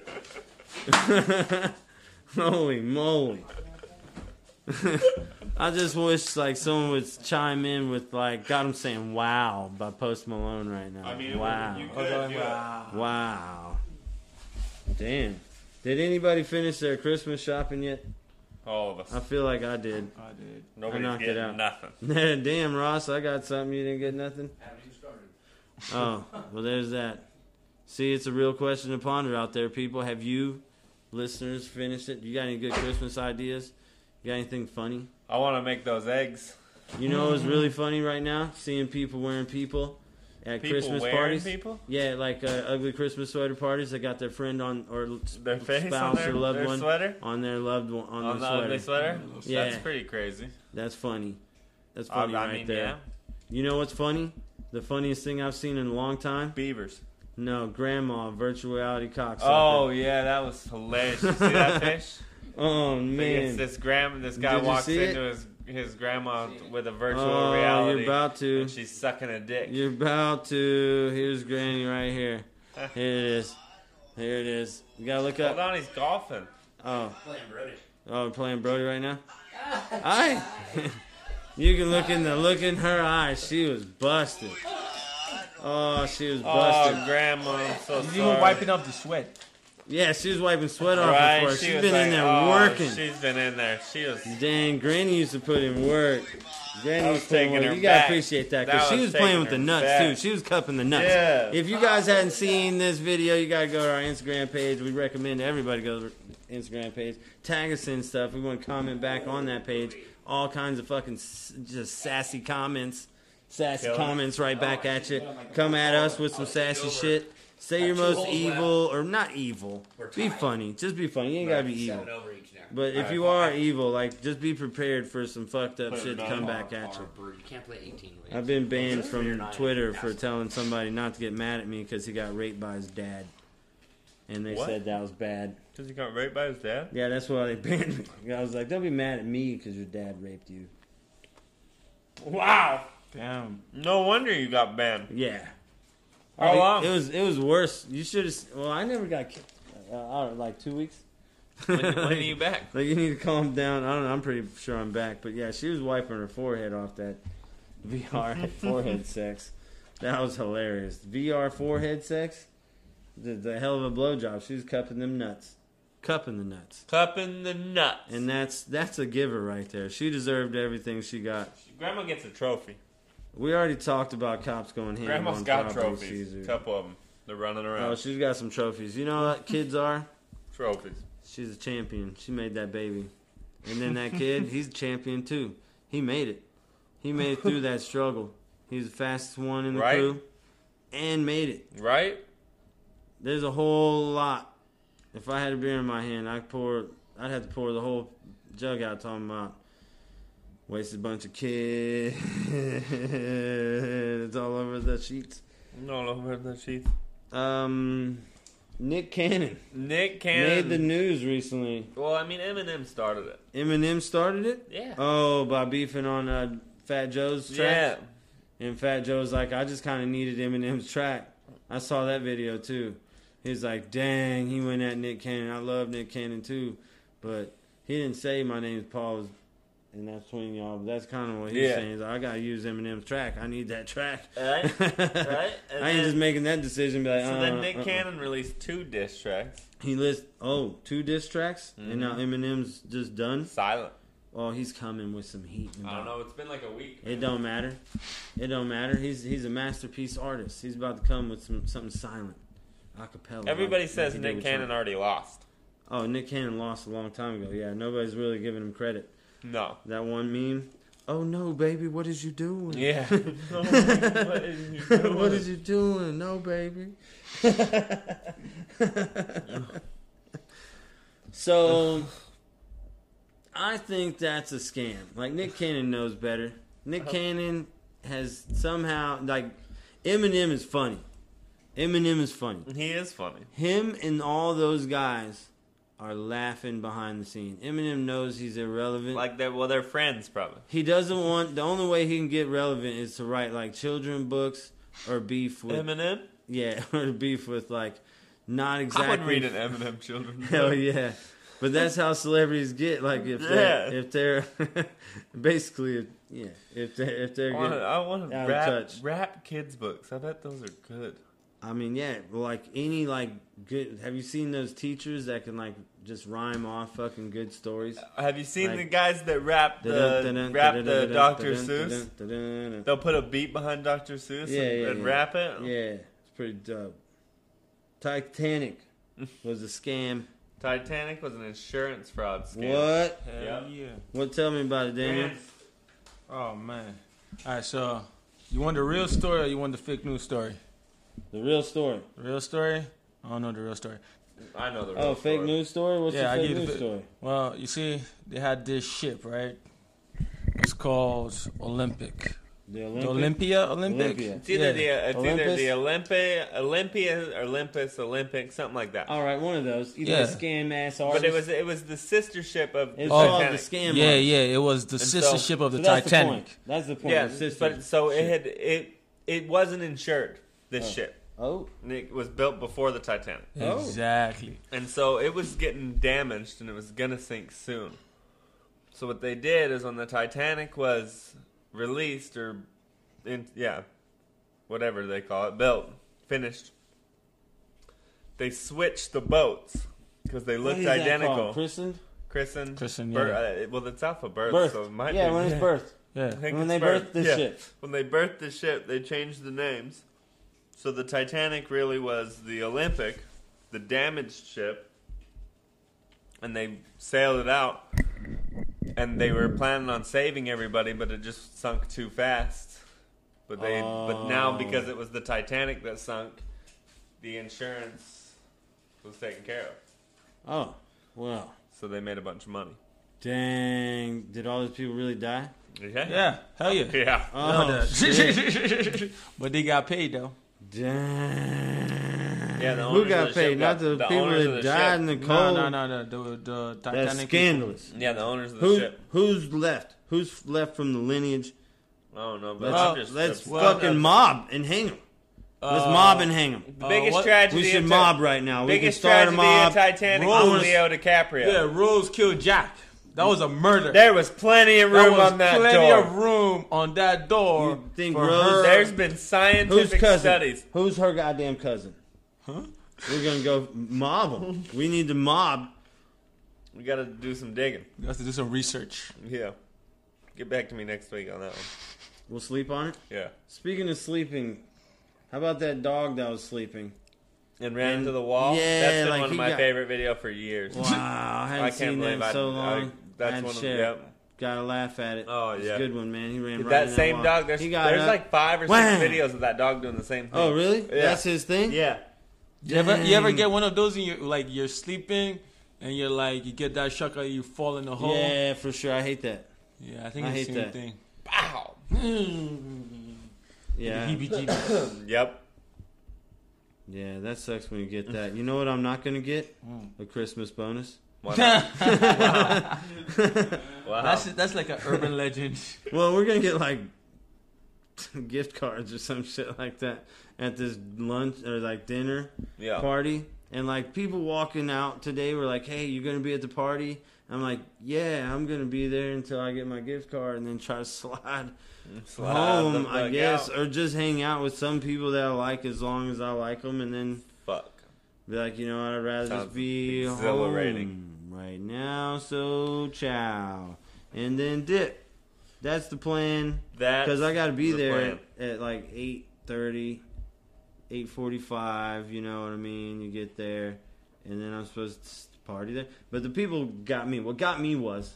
Speaker 3: Holy moly. I just wish like someone would chime in with like God, I'm saying wow by Post Malone right now.
Speaker 4: I mean,
Speaker 3: wow,
Speaker 4: you could do it.
Speaker 3: wow, damn. Did anybody finish their Christmas shopping yet?
Speaker 4: All of
Speaker 3: I
Speaker 4: us.
Speaker 3: feel like I did.
Speaker 5: I did.
Speaker 4: Nobody's
Speaker 3: knocked it
Speaker 4: getting
Speaker 3: out.
Speaker 4: nothing.
Speaker 3: Damn, Ross, I got something. You didn't get nothing? Oh, well, there's that. See, it's a real question to ponder out there, people. Have you, listeners, finished it? You got any good Christmas ideas? You got anything funny?
Speaker 4: I want to make those eggs.
Speaker 3: You know what's really funny right now? Seeing people wearing people at
Speaker 4: Mm-hmm. People
Speaker 3: Christmas
Speaker 4: wearing
Speaker 3: parties.
Speaker 4: people.
Speaker 3: Yeah, like uh, ugly Christmas sweater parties. They got their friend on or l-
Speaker 4: Their face on
Speaker 3: spouse
Speaker 4: their,
Speaker 3: or loved
Speaker 4: their
Speaker 3: one
Speaker 4: sweater.
Speaker 3: on their loved one on,
Speaker 4: On the
Speaker 3: their
Speaker 4: ugly
Speaker 3: sweater.
Speaker 4: sweater.
Speaker 3: Yeah.
Speaker 4: That's pretty crazy.
Speaker 3: That's funny. That's
Speaker 4: I,
Speaker 3: funny
Speaker 4: I
Speaker 3: right
Speaker 4: mean,
Speaker 3: there.
Speaker 4: yeah.
Speaker 3: You know what's funny? The funniest thing I've seen in a long time?
Speaker 4: Beavers.
Speaker 3: No, grandma virtual reality cocksucker.
Speaker 4: Oh yeah, that was hilarious. You see that fish?
Speaker 3: oh
Speaker 4: It's
Speaker 3: man.
Speaker 4: this grand. This guy
Speaker 3: Did you
Speaker 4: walks
Speaker 3: see it?
Speaker 4: into his his grandma with a virtual
Speaker 3: Oh,
Speaker 4: reality.
Speaker 3: you're about to.
Speaker 4: and she's sucking a dick.
Speaker 3: You're about to. Here's Granny right here. Here it is. Here it is. You gotta look
Speaker 4: Hold
Speaker 3: up.
Speaker 4: on, he's golfing.
Speaker 3: Oh. Oh, we're playing Brody right now. I. you can look in the look in her eyes. She was busted. Oh, she was busted.
Speaker 4: Oh, grandma, I'm so
Speaker 7: He's
Speaker 4: sorry.
Speaker 7: even wiping up the sweat.
Speaker 3: yeah, she was wiping sweat off
Speaker 4: Right,
Speaker 3: before.
Speaker 4: she
Speaker 3: she's
Speaker 4: was
Speaker 3: been
Speaker 4: like,
Speaker 3: in there
Speaker 4: oh,
Speaker 3: working.
Speaker 4: She's been in there. She was.
Speaker 3: Dang, Granny used to put in work. Granny
Speaker 4: I
Speaker 3: was
Speaker 4: was
Speaker 3: putting
Speaker 4: taking
Speaker 3: work.
Speaker 4: her
Speaker 3: You gotta
Speaker 4: back.
Speaker 3: appreciate that
Speaker 4: That
Speaker 3: because she
Speaker 4: was
Speaker 3: was playing
Speaker 4: taking
Speaker 3: with the
Speaker 4: her
Speaker 3: nuts
Speaker 4: back.
Speaker 3: too. She was cupping the nuts.
Speaker 4: Yeah.
Speaker 3: If you guys hadn't seen this video, you gotta go to our Instagram page. We recommend everybody go to our Instagram page. Tag us in stuff. We want to comment back on that page. All kinds of fucking s- just sassy comments. Sassy
Speaker 4: Kill it.
Speaker 3: comments right back at you. Come at us with some sassy shit. Say your most evil or not evil. Be funny. Just be funny. You ain't gotta be evil. But if you are evil, like just be prepared for some fucked up shit to come back at you.
Speaker 8: You can't play 18 ways.
Speaker 3: I've been banned from Twitter for telling somebody not to get mad at me because he got raped by his dad, and they
Speaker 4: What?
Speaker 3: said that was bad.
Speaker 4: Cause he got raped by his dad.
Speaker 3: Yeah, that's why they banned me. I was like, don't be mad at me because your dad raped you.
Speaker 4: Wow.
Speaker 7: Damn.
Speaker 4: No wonder you got banned.
Speaker 3: Yeah. Oh,
Speaker 4: How
Speaker 3: It-
Speaker 4: long?
Speaker 3: It was it was worse. You should have. Well, I never got kicked. Uh, I don't know, like two weeks.
Speaker 4: when, when are you back?
Speaker 3: Like you need to calm down. I don't know. I'm pretty sure I'm back, but yeah, she was wiping her forehead off that VR forehead sex. That was hilarious. VR forehead sex. The, the hell of a blowjob. She was cupping them nuts, cupping the nuts,
Speaker 4: Cupping the nuts.
Speaker 3: and that's that's a giver right there. She deserved everything she got.
Speaker 4: Grandma gets a trophy.
Speaker 3: We already talked about cops going ham
Speaker 4: Grandma's
Speaker 3: on
Speaker 4: got
Speaker 3: property
Speaker 4: trophies.
Speaker 3: seizure.
Speaker 4: couple of them. They're running around.
Speaker 3: Oh, she's got some trophies. You know what kids are?
Speaker 4: trophies.
Speaker 3: She's a champion. She made that baby. And then that kid, he's a champion too. He made it. He made it through that struggle. He's the fastest one in the
Speaker 4: Right.
Speaker 3: crew and made it.
Speaker 4: Right?
Speaker 3: There's a whole lot. If I had a beer in my hand, I'd pour I'd have to pour the whole jug out talking about wasted bunch of kids It's all over the sheets.
Speaker 4: All over the sheets.
Speaker 3: Um Nick Cannon
Speaker 4: Nick
Speaker 3: made
Speaker 4: Cannon.
Speaker 3: the news recently.
Speaker 4: well, I mean, Eminem started it.
Speaker 3: Eminem started it?
Speaker 4: Yeah.
Speaker 3: Oh, by beefing on uh, Fat Joe's
Speaker 4: yeah.
Speaker 3: track. And Fat Joe's like, I just kind of needed Eminem's track. I saw that video too. He's like, dang, he went at Nick Cannon. I love Nick Cannon too, but he didn't say my name's Paul, and that's between y'all. But that's kind of what he's
Speaker 4: Yeah.
Speaker 3: saying. He's like, I gotta use Eminem's track. I need that track.
Speaker 4: Right? Right? And
Speaker 3: I ain't
Speaker 4: then-
Speaker 3: just making that decision. Be like,
Speaker 4: So
Speaker 3: uh,
Speaker 4: then Nick
Speaker 3: uh-uh.
Speaker 4: Cannon released two diss tracks.
Speaker 3: He lists oh two diss tracks, and now
Speaker 4: Mm-hmm.
Speaker 3: Eminem's just done.
Speaker 4: Silent.
Speaker 3: Oh, he's coming with some heat. and
Speaker 4: I don't know. It's been like a week.
Speaker 3: It don't matter. It don't matter. He's he's a masterpiece artist. He's about to come with some something silent, acapella.
Speaker 4: Everybody
Speaker 3: like-
Speaker 4: says
Speaker 3: like he did
Speaker 4: Nick
Speaker 3: with
Speaker 4: Cannon
Speaker 3: Trump.
Speaker 4: already lost.
Speaker 3: Oh, Nick Cannon lost a long time ago. Yeah, nobody's really giving him credit.
Speaker 4: No.
Speaker 3: That one meme. Oh no, baby, what is you doing?
Speaker 4: Yeah.
Speaker 3: what what is you doing? No, baby. so, I think that's a scam. Like Nick Cannon knows better. Nick Cannon has somehow like Eminem is funny. Eminem is funny.
Speaker 4: He is funny.
Speaker 3: Him and all those guys are laughing behind the scene. Eminem knows he's irrelevant.
Speaker 4: Like they're well, they're friends probably.
Speaker 3: He doesn't want. The only way he can get relevant is to write like children books or beef with.
Speaker 4: Eminem.
Speaker 3: Yeah, or beef with like not
Speaker 4: I
Speaker 3: exactly.
Speaker 4: would read an Eminem children.
Speaker 3: Hell
Speaker 4: book.
Speaker 3: yeah. But that's how celebrities get. Like if
Speaker 4: Yeah.
Speaker 3: they're, if they're basically yeah if they if they're
Speaker 4: I want,
Speaker 3: good.
Speaker 4: I want to
Speaker 3: Out of
Speaker 4: rap,
Speaker 3: touch.
Speaker 4: rap kids books. I bet those are good.
Speaker 3: I mean yeah like any like good. Have you seen those teachers that can like just rhyme off fucking good stories?
Speaker 4: Have you seen
Speaker 3: Like-
Speaker 4: the guys that rap the
Speaker 3: Dun-dun,
Speaker 4: rap
Speaker 3: dun-dun,
Speaker 4: the
Speaker 3: dun-dun,
Speaker 4: Dr.
Speaker 3: dun-dun,
Speaker 4: Seuss?
Speaker 3: dun-dun, dun-dun.
Speaker 4: They'll put a beat behind Dr. Seuss
Speaker 3: Yeah,
Speaker 4: and,
Speaker 3: yeah,
Speaker 4: and
Speaker 3: yeah.
Speaker 4: rap it.
Speaker 3: Yeah, it's pretty dope. Titanic was a scam.
Speaker 4: Titanic was an insurance fraud scam.
Speaker 3: What?
Speaker 4: Yep.
Speaker 7: yeah.
Speaker 3: What? Tell me about it, Daniel.
Speaker 7: Oh man. All right, so you want the real story or you want the fake news story?
Speaker 3: The real story.
Speaker 7: The real story? I don't know the real story.
Speaker 4: I know the real
Speaker 3: Oh, fake
Speaker 4: story.
Speaker 3: news story. What's
Speaker 7: Yeah, I
Speaker 3: the fake
Speaker 7: give you
Speaker 3: news
Speaker 7: the-
Speaker 3: story?
Speaker 7: Well, you see, they had this ship, right? It's called Olympic.
Speaker 3: The
Speaker 7: The
Speaker 3: Olympic.
Speaker 7: Olympia, Olympic.
Speaker 3: Olympia.
Speaker 4: It's either the uh, it's either
Speaker 3: Olympus?
Speaker 4: the Olympia Olympia Olympus Olympics something like that.
Speaker 3: All right, one of those. Either
Speaker 7: Yeah.
Speaker 3: a scam ass artist.
Speaker 4: but it was it was the sister ship of
Speaker 3: It's
Speaker 7: Oh.
Speaker 3: called the
Speaker 4: Titanic.
Speaker 3: scam.
Speaker 7: yeah,
Speaker 3: artist.
Speaker 7: yeah. It was the
Speaker 4: so-
Speaker 7: sister ship of the
Speaker 3: So that's
Speaker 7: Titanic.
Speaker 3: The point. That's the point.
Speaker 4: Yeah,
Speaker 3: the sister.
Speaker 4: but so it had it it wasn't insured this ship.
Speaker 3: oh,
Speaker 4: And It was built before the Titanic,
Speaker 3: Oh.
Speaker 7: Exactly.
Speaker 4: and so it was getting damaged and it was gonna sink soon. So what they did is when the Titanic was released or, in, yeah, whatever they call it, built, finished, they switched the boats because they
Speaker 3: what
Speaker 4: looked
Speaker 3: is that called?
Speaker 4: identical.
Speaker 3: Christened
Speaker 4: Christened,
Speaker 7: Christened,
Speaker 4: bir-
Speaker 7: yeah.
Speaker 4: uh, well, it's alpha birth,
Speaker 3: birth.
Speaker 4: so it might
Speaker 3: yeah,
Speaker 4: be-
Speaker 3: when it's birth.
Speaker 7: Yeah.
Speaker 4: I think
Speaker 3: When
Speaker 4: it's
Speaker 3: they birthed the ship.
Speaker 4: When they birthed the ship, they changed the names. So the Titanic really was the Olympic, the damaged ship, and they sailed it out. And they were planning on saving everybody, but it just sunk too fast. But they, but
Speaker 3: Oh.
Speaker 4: now because it was the Titanic that sunk, the insurance was taken care of.
Speaker 3: Oh, well,
Speaker 4: So they made a bunch of money.
Speaker 3: dang! Did all those people really die?
Speaker 4: Yeah,
Speaker 7: Yeah. Hell yeah. Um,
Speaker 4: yeah.
Speaker 3: Oh,
Speaker 7: but they got paid though.
Speaker 3: dang!
Speaker 4: Yeah, the owners
Speaker 3: Who
Speaker 4: of
Speaker 3: got
Speaker 4: the
Speaker 3: paid?
Speaker 4: ship
Speaker 3: Not
Speaker 4: got-
Speaker 3: the,
Speaker 4: the
Speaker 3: people
Speaker 4: owners
Speaker 3: that
Speaker 4: of the
Speaker 3: died
Speaker 4: ship.
Speaker 3: in the
Speaker 7: No,
Speaker 3: cold.
Speaker 7: no, no, no. The, the Titanic.
Speaker 3: That's scandalous.
Speaker 4: Yeah, the owners of the
Speaker 3: Who,
Speaker 4: ship.
Speaker 3: who's left? Who's left from the lineage?
Speaker 4: I don't know, but
Speaker 3: Let's,
Speaker 4: I'm just,
Speaker 3: let's
Speaker 4: that's-
Speaker 7: well,
Speaker 3: fucking
Speaker 7: uh,
Speaker 3: mob and hang them. Let's
Speaker 7: uh,
Speaker 3: mob and hang them.
Speaker 4: The
Speaker 7: Uh,
Speaker 4: biggest
Speaker 7: what-
Speaker 4: tragedy.
Speaker 3: We
Speaker 4: of
Speaker 3: should
Speaker 4: Ti-
Speaker 3: mob right now. We can
Speaker 4: Biggest
Speaker 3: start a
Speaker 4: tragedy
Speaker 3: mob.
Speaker 4: of Titanic
Speaker 7: Rose.
Speaker 4: was Leo DiCaprio.
Speaker 7: Yeah. Rose killed Jack. That was a murder.
Speaker 4: There was plenty of
Speaker 7: There
Speaker 4: room
Speaker 7: was
Speaker 4: on that
Speaker 7: plenty
Speaker 4: door.
Speaker 7: of room on that door.
Speaker 3: You think
Speaker 7: for
Speaker 3: Rose-
Speaker 7: her-
Speaker 4: There's been
Speaker 3: Who's
Speaker 4: scientific
Speaker 3: cousin?
Speaker 4: studies.
Speaker 3: Who's her goddamn cousin? Huh? We're gonna go mob them. We need to mob.
Speaker 4: We got to do some digging.
Speaker 7: You have to do some research.
Speaker 4: Yeah. Get back to me next week on that one.
Speaker 3: We'll sleep on it.
Speaker 4: Yeah.
Speaker 3: Speaking of sleeping, how about that dog that was sleeping?
Speaker 4: And ran
Speaker 3: And-
Speaker 4: into the wall.
Speaker 3: yeah,
Speaker 4: that's been
Speaker 3: like
Speaker 4: one of
Speaker 3: he
Speaker 4: my
Speaker 3: got-
Speaker 4: favorite video for years.
Speaker 3: Wow, I haven't
Speaker 4: I can't
Speaker 3: seen that
Speaker 4: believe
Speaker 3: in
Speaker 4: I-
Speaker 3: so
Speaker 4: I-
Speaker 3: long.
Speaker 4: that's
Speaker 3: Had
Speaker 4: one of-
Speaker 3: shit.
Speaker 4: yep.
Speaker 3: Gotta laugh at it.
Speaker 4: Oh,
Speaker 3: It's
Speaker 4: yeah.
Speaker 3: a good one, man. He ran right in
Speaker 4: that same
Speaker 3: wall.
Speaker 4: dog. There's,
Speaker 3: He got
Speaker 4: there's
Speaker 3: up.
Speaker 4: like five or six
Speaker 3: Wham!
Speaker 4: videos of that dog doing the same thing.
Speaker 3: Oh, really?
Speaker 4: Yeah.
Speaker 3: That's his thing.
Speaker 4: Yeah.
Speaker 7: You ever, you ever
Speaker 3: Dang.
Speaker 7: get one of those in your like you're sleeping and you're like you get that shocker you fall in the hole.
Speaker 3: Yeah, for sure. I hate that.
Speaker 7: Yeah, I think
Speaker 3: I
Speaker 7: it's the
Speaker 3: hate that.
Speaker 7: same thing.
Speaker 4: Wow.
Speaker 3: Yeah.
Speaker 7: Heebie-jeebies.
Speaker 4: Yep.
Speaker 3: Yeah, that sucks when you get that. You know what I'm not gonna get?
Speaker 4: Mm.
Speaker 3: A Christmas bonus.
Speaker 4: Why not?
Speaker 7: that's
Speaker 4: Wow.
Speaker 7: that's like an urban legend.
Speaker 3: Well, we're gonna get like gift cards or some shit like that at this lunch or like dinner
Speaker 4: Yeah.
Speaker 3: party, and like people walking out today were like, "Hey, you're gonna be at the party." I'm like, "Yeah, I'm gonna be there until I get my gift card, and then try to slide
Speaker 4: Slide
Speaker 3: home,
Speaker 4: the
Speaker 3: I
Speaker 4: fuck
Speaker 3: guess,
Speaker 4: out.
Speaker 3: or just hang out with some people that I like as long as I like them, and then."
Speaker 4: Fuck.
Speaker 3: Be like, you know what, I'd rather
Speaker 4: Sounds
Speaker 3: just be
Speaker 4: exhilarating.
Speaker 3: home right now, so chow. And then dip. That's the plan.
Speaker 4: That.
Speaker 3: Because I got to be
Speaker 4: the
Speaker 3: there
Speaker 4: plan.
Speaker 3: at, at like 8.30, 8.45, you know what I mean? You get there, and then I'm supposed to s- party there. But the people got me. What got me was,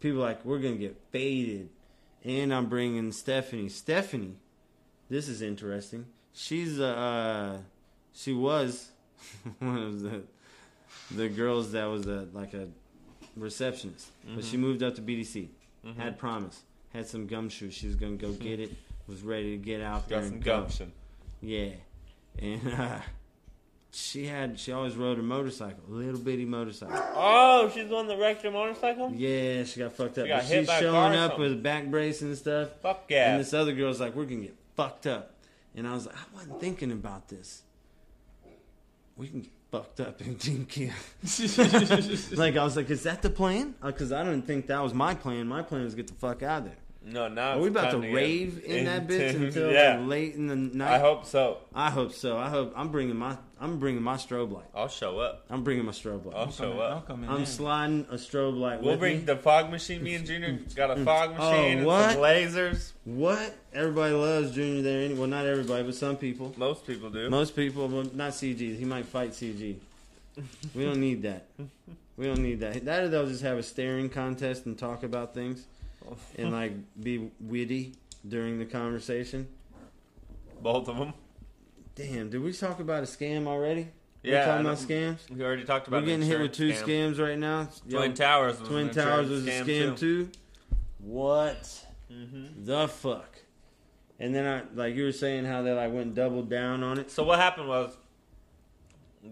Speaker 3: people like, we're going to get faded. And I'm bringing Stephanie. Stephanie, this is interesting. She's, uh, uh she was one of the, the girls that was a, like a receptionist. But
Speaker 4: Mm-hmm.
Speaker 3: she moved up to BDC. Had promise. Had some gumshoe. She was gonna go get it. Was ready to get out there
Speaker 4: Got some
Speaker 3: and go.
Speaker 4: gumption.
Speaker 3: Yeah, and uh, she had. She always rode a motorcycle, a little bitty motorcycle.
Speaker 4: Oh, she's the one that wrecked your motorcycle?
Speaker 3: Yeah, she got fucked up.
Speaker 4: She got
Speaker 3: but
Speaker 4: hit
Speaker 3: she's
Speaker 4: by a car
Speaker 3: showing
Speaker 4: or
Speaker 3: up
Speaker 4: something.
Speaker 3: with a back brace and stuff.
Speaker 4: Fuck yeah.
Speaker 3: And this other girl's like, we're gonna get fucked up. And I was like, I wasn't thinking about this. We can get fucked up and didn't care. like I was like, is that the plan? Because I didn't think that was my plan. My plan was get the fuck out of there.
Speaker 4: No, now
Speaker 3: Are we
Speaker 4: it's
Speaker 3: about
Speaker 4: time
Speaker 3: to
Speaker 4: get
Speaker 3: rave in that bitch
Speaker 4: into-
Speaker 3: until
Speaker 4: yeah.
Speaker 3: like, late in the night?
Speaker 4: I hope so.
Speaker 3: I hope so. I hope I'm bringing my I'm bringing my strobe light.
Speaker 4: I'll show up.
Speaker 3: I'm bringing my strobe light.
Speaker 4: I'll show up.
Speaker 7: Welcome in.
Speaker 3: I'm sliding a strobe light
Speaker 4: Oh, We'll
Speaker 3: with
Speaker 4: bring
Speaker 3: me. Mm. Oh,
Speaker 4: the fog machine. Me and Junior got a fog machine and
Speaker 3: what?
Speaker 4: some lasers.
Speaker 3: What everybody loves Junior there. any- Well, not everybody, but some people.
Speaker 4: Most people do.
Speaker 3: Most people, well, not CG. He might fight CG. We don't need that. We don't need that. That or they'll just have a staring contest and talk about things, and like be witty during the conversation.
Speaker 4: Both of them.
Speaker 3: Damn, did we talk about a scam already?
Speaker 4: Yeah,
Speaker 3: we talking
Speaker 4: I
Speaker 3: about scams.
Speaker 4: We already talked
Speaker 3: We're
Speaker 4: about.
Speaker 3: getting
Speaker 4: an
Speaker 3: hit with two
Speaker 4: insurance scam.
Speaker 3: scams right now. Yo,
Speaker 4: Twin Towers. Was
Speaker 3: Twin
Speaker 4: an
Speaker 3: Towers was
Speaker 4: insurance
Speaker 3: a scam too. What
Speaker 4: Mm-hmm.
Speaker 3: the fuck? And then I like you were saying how they like went and doubled down on it.
Speaker 4: So what happened was,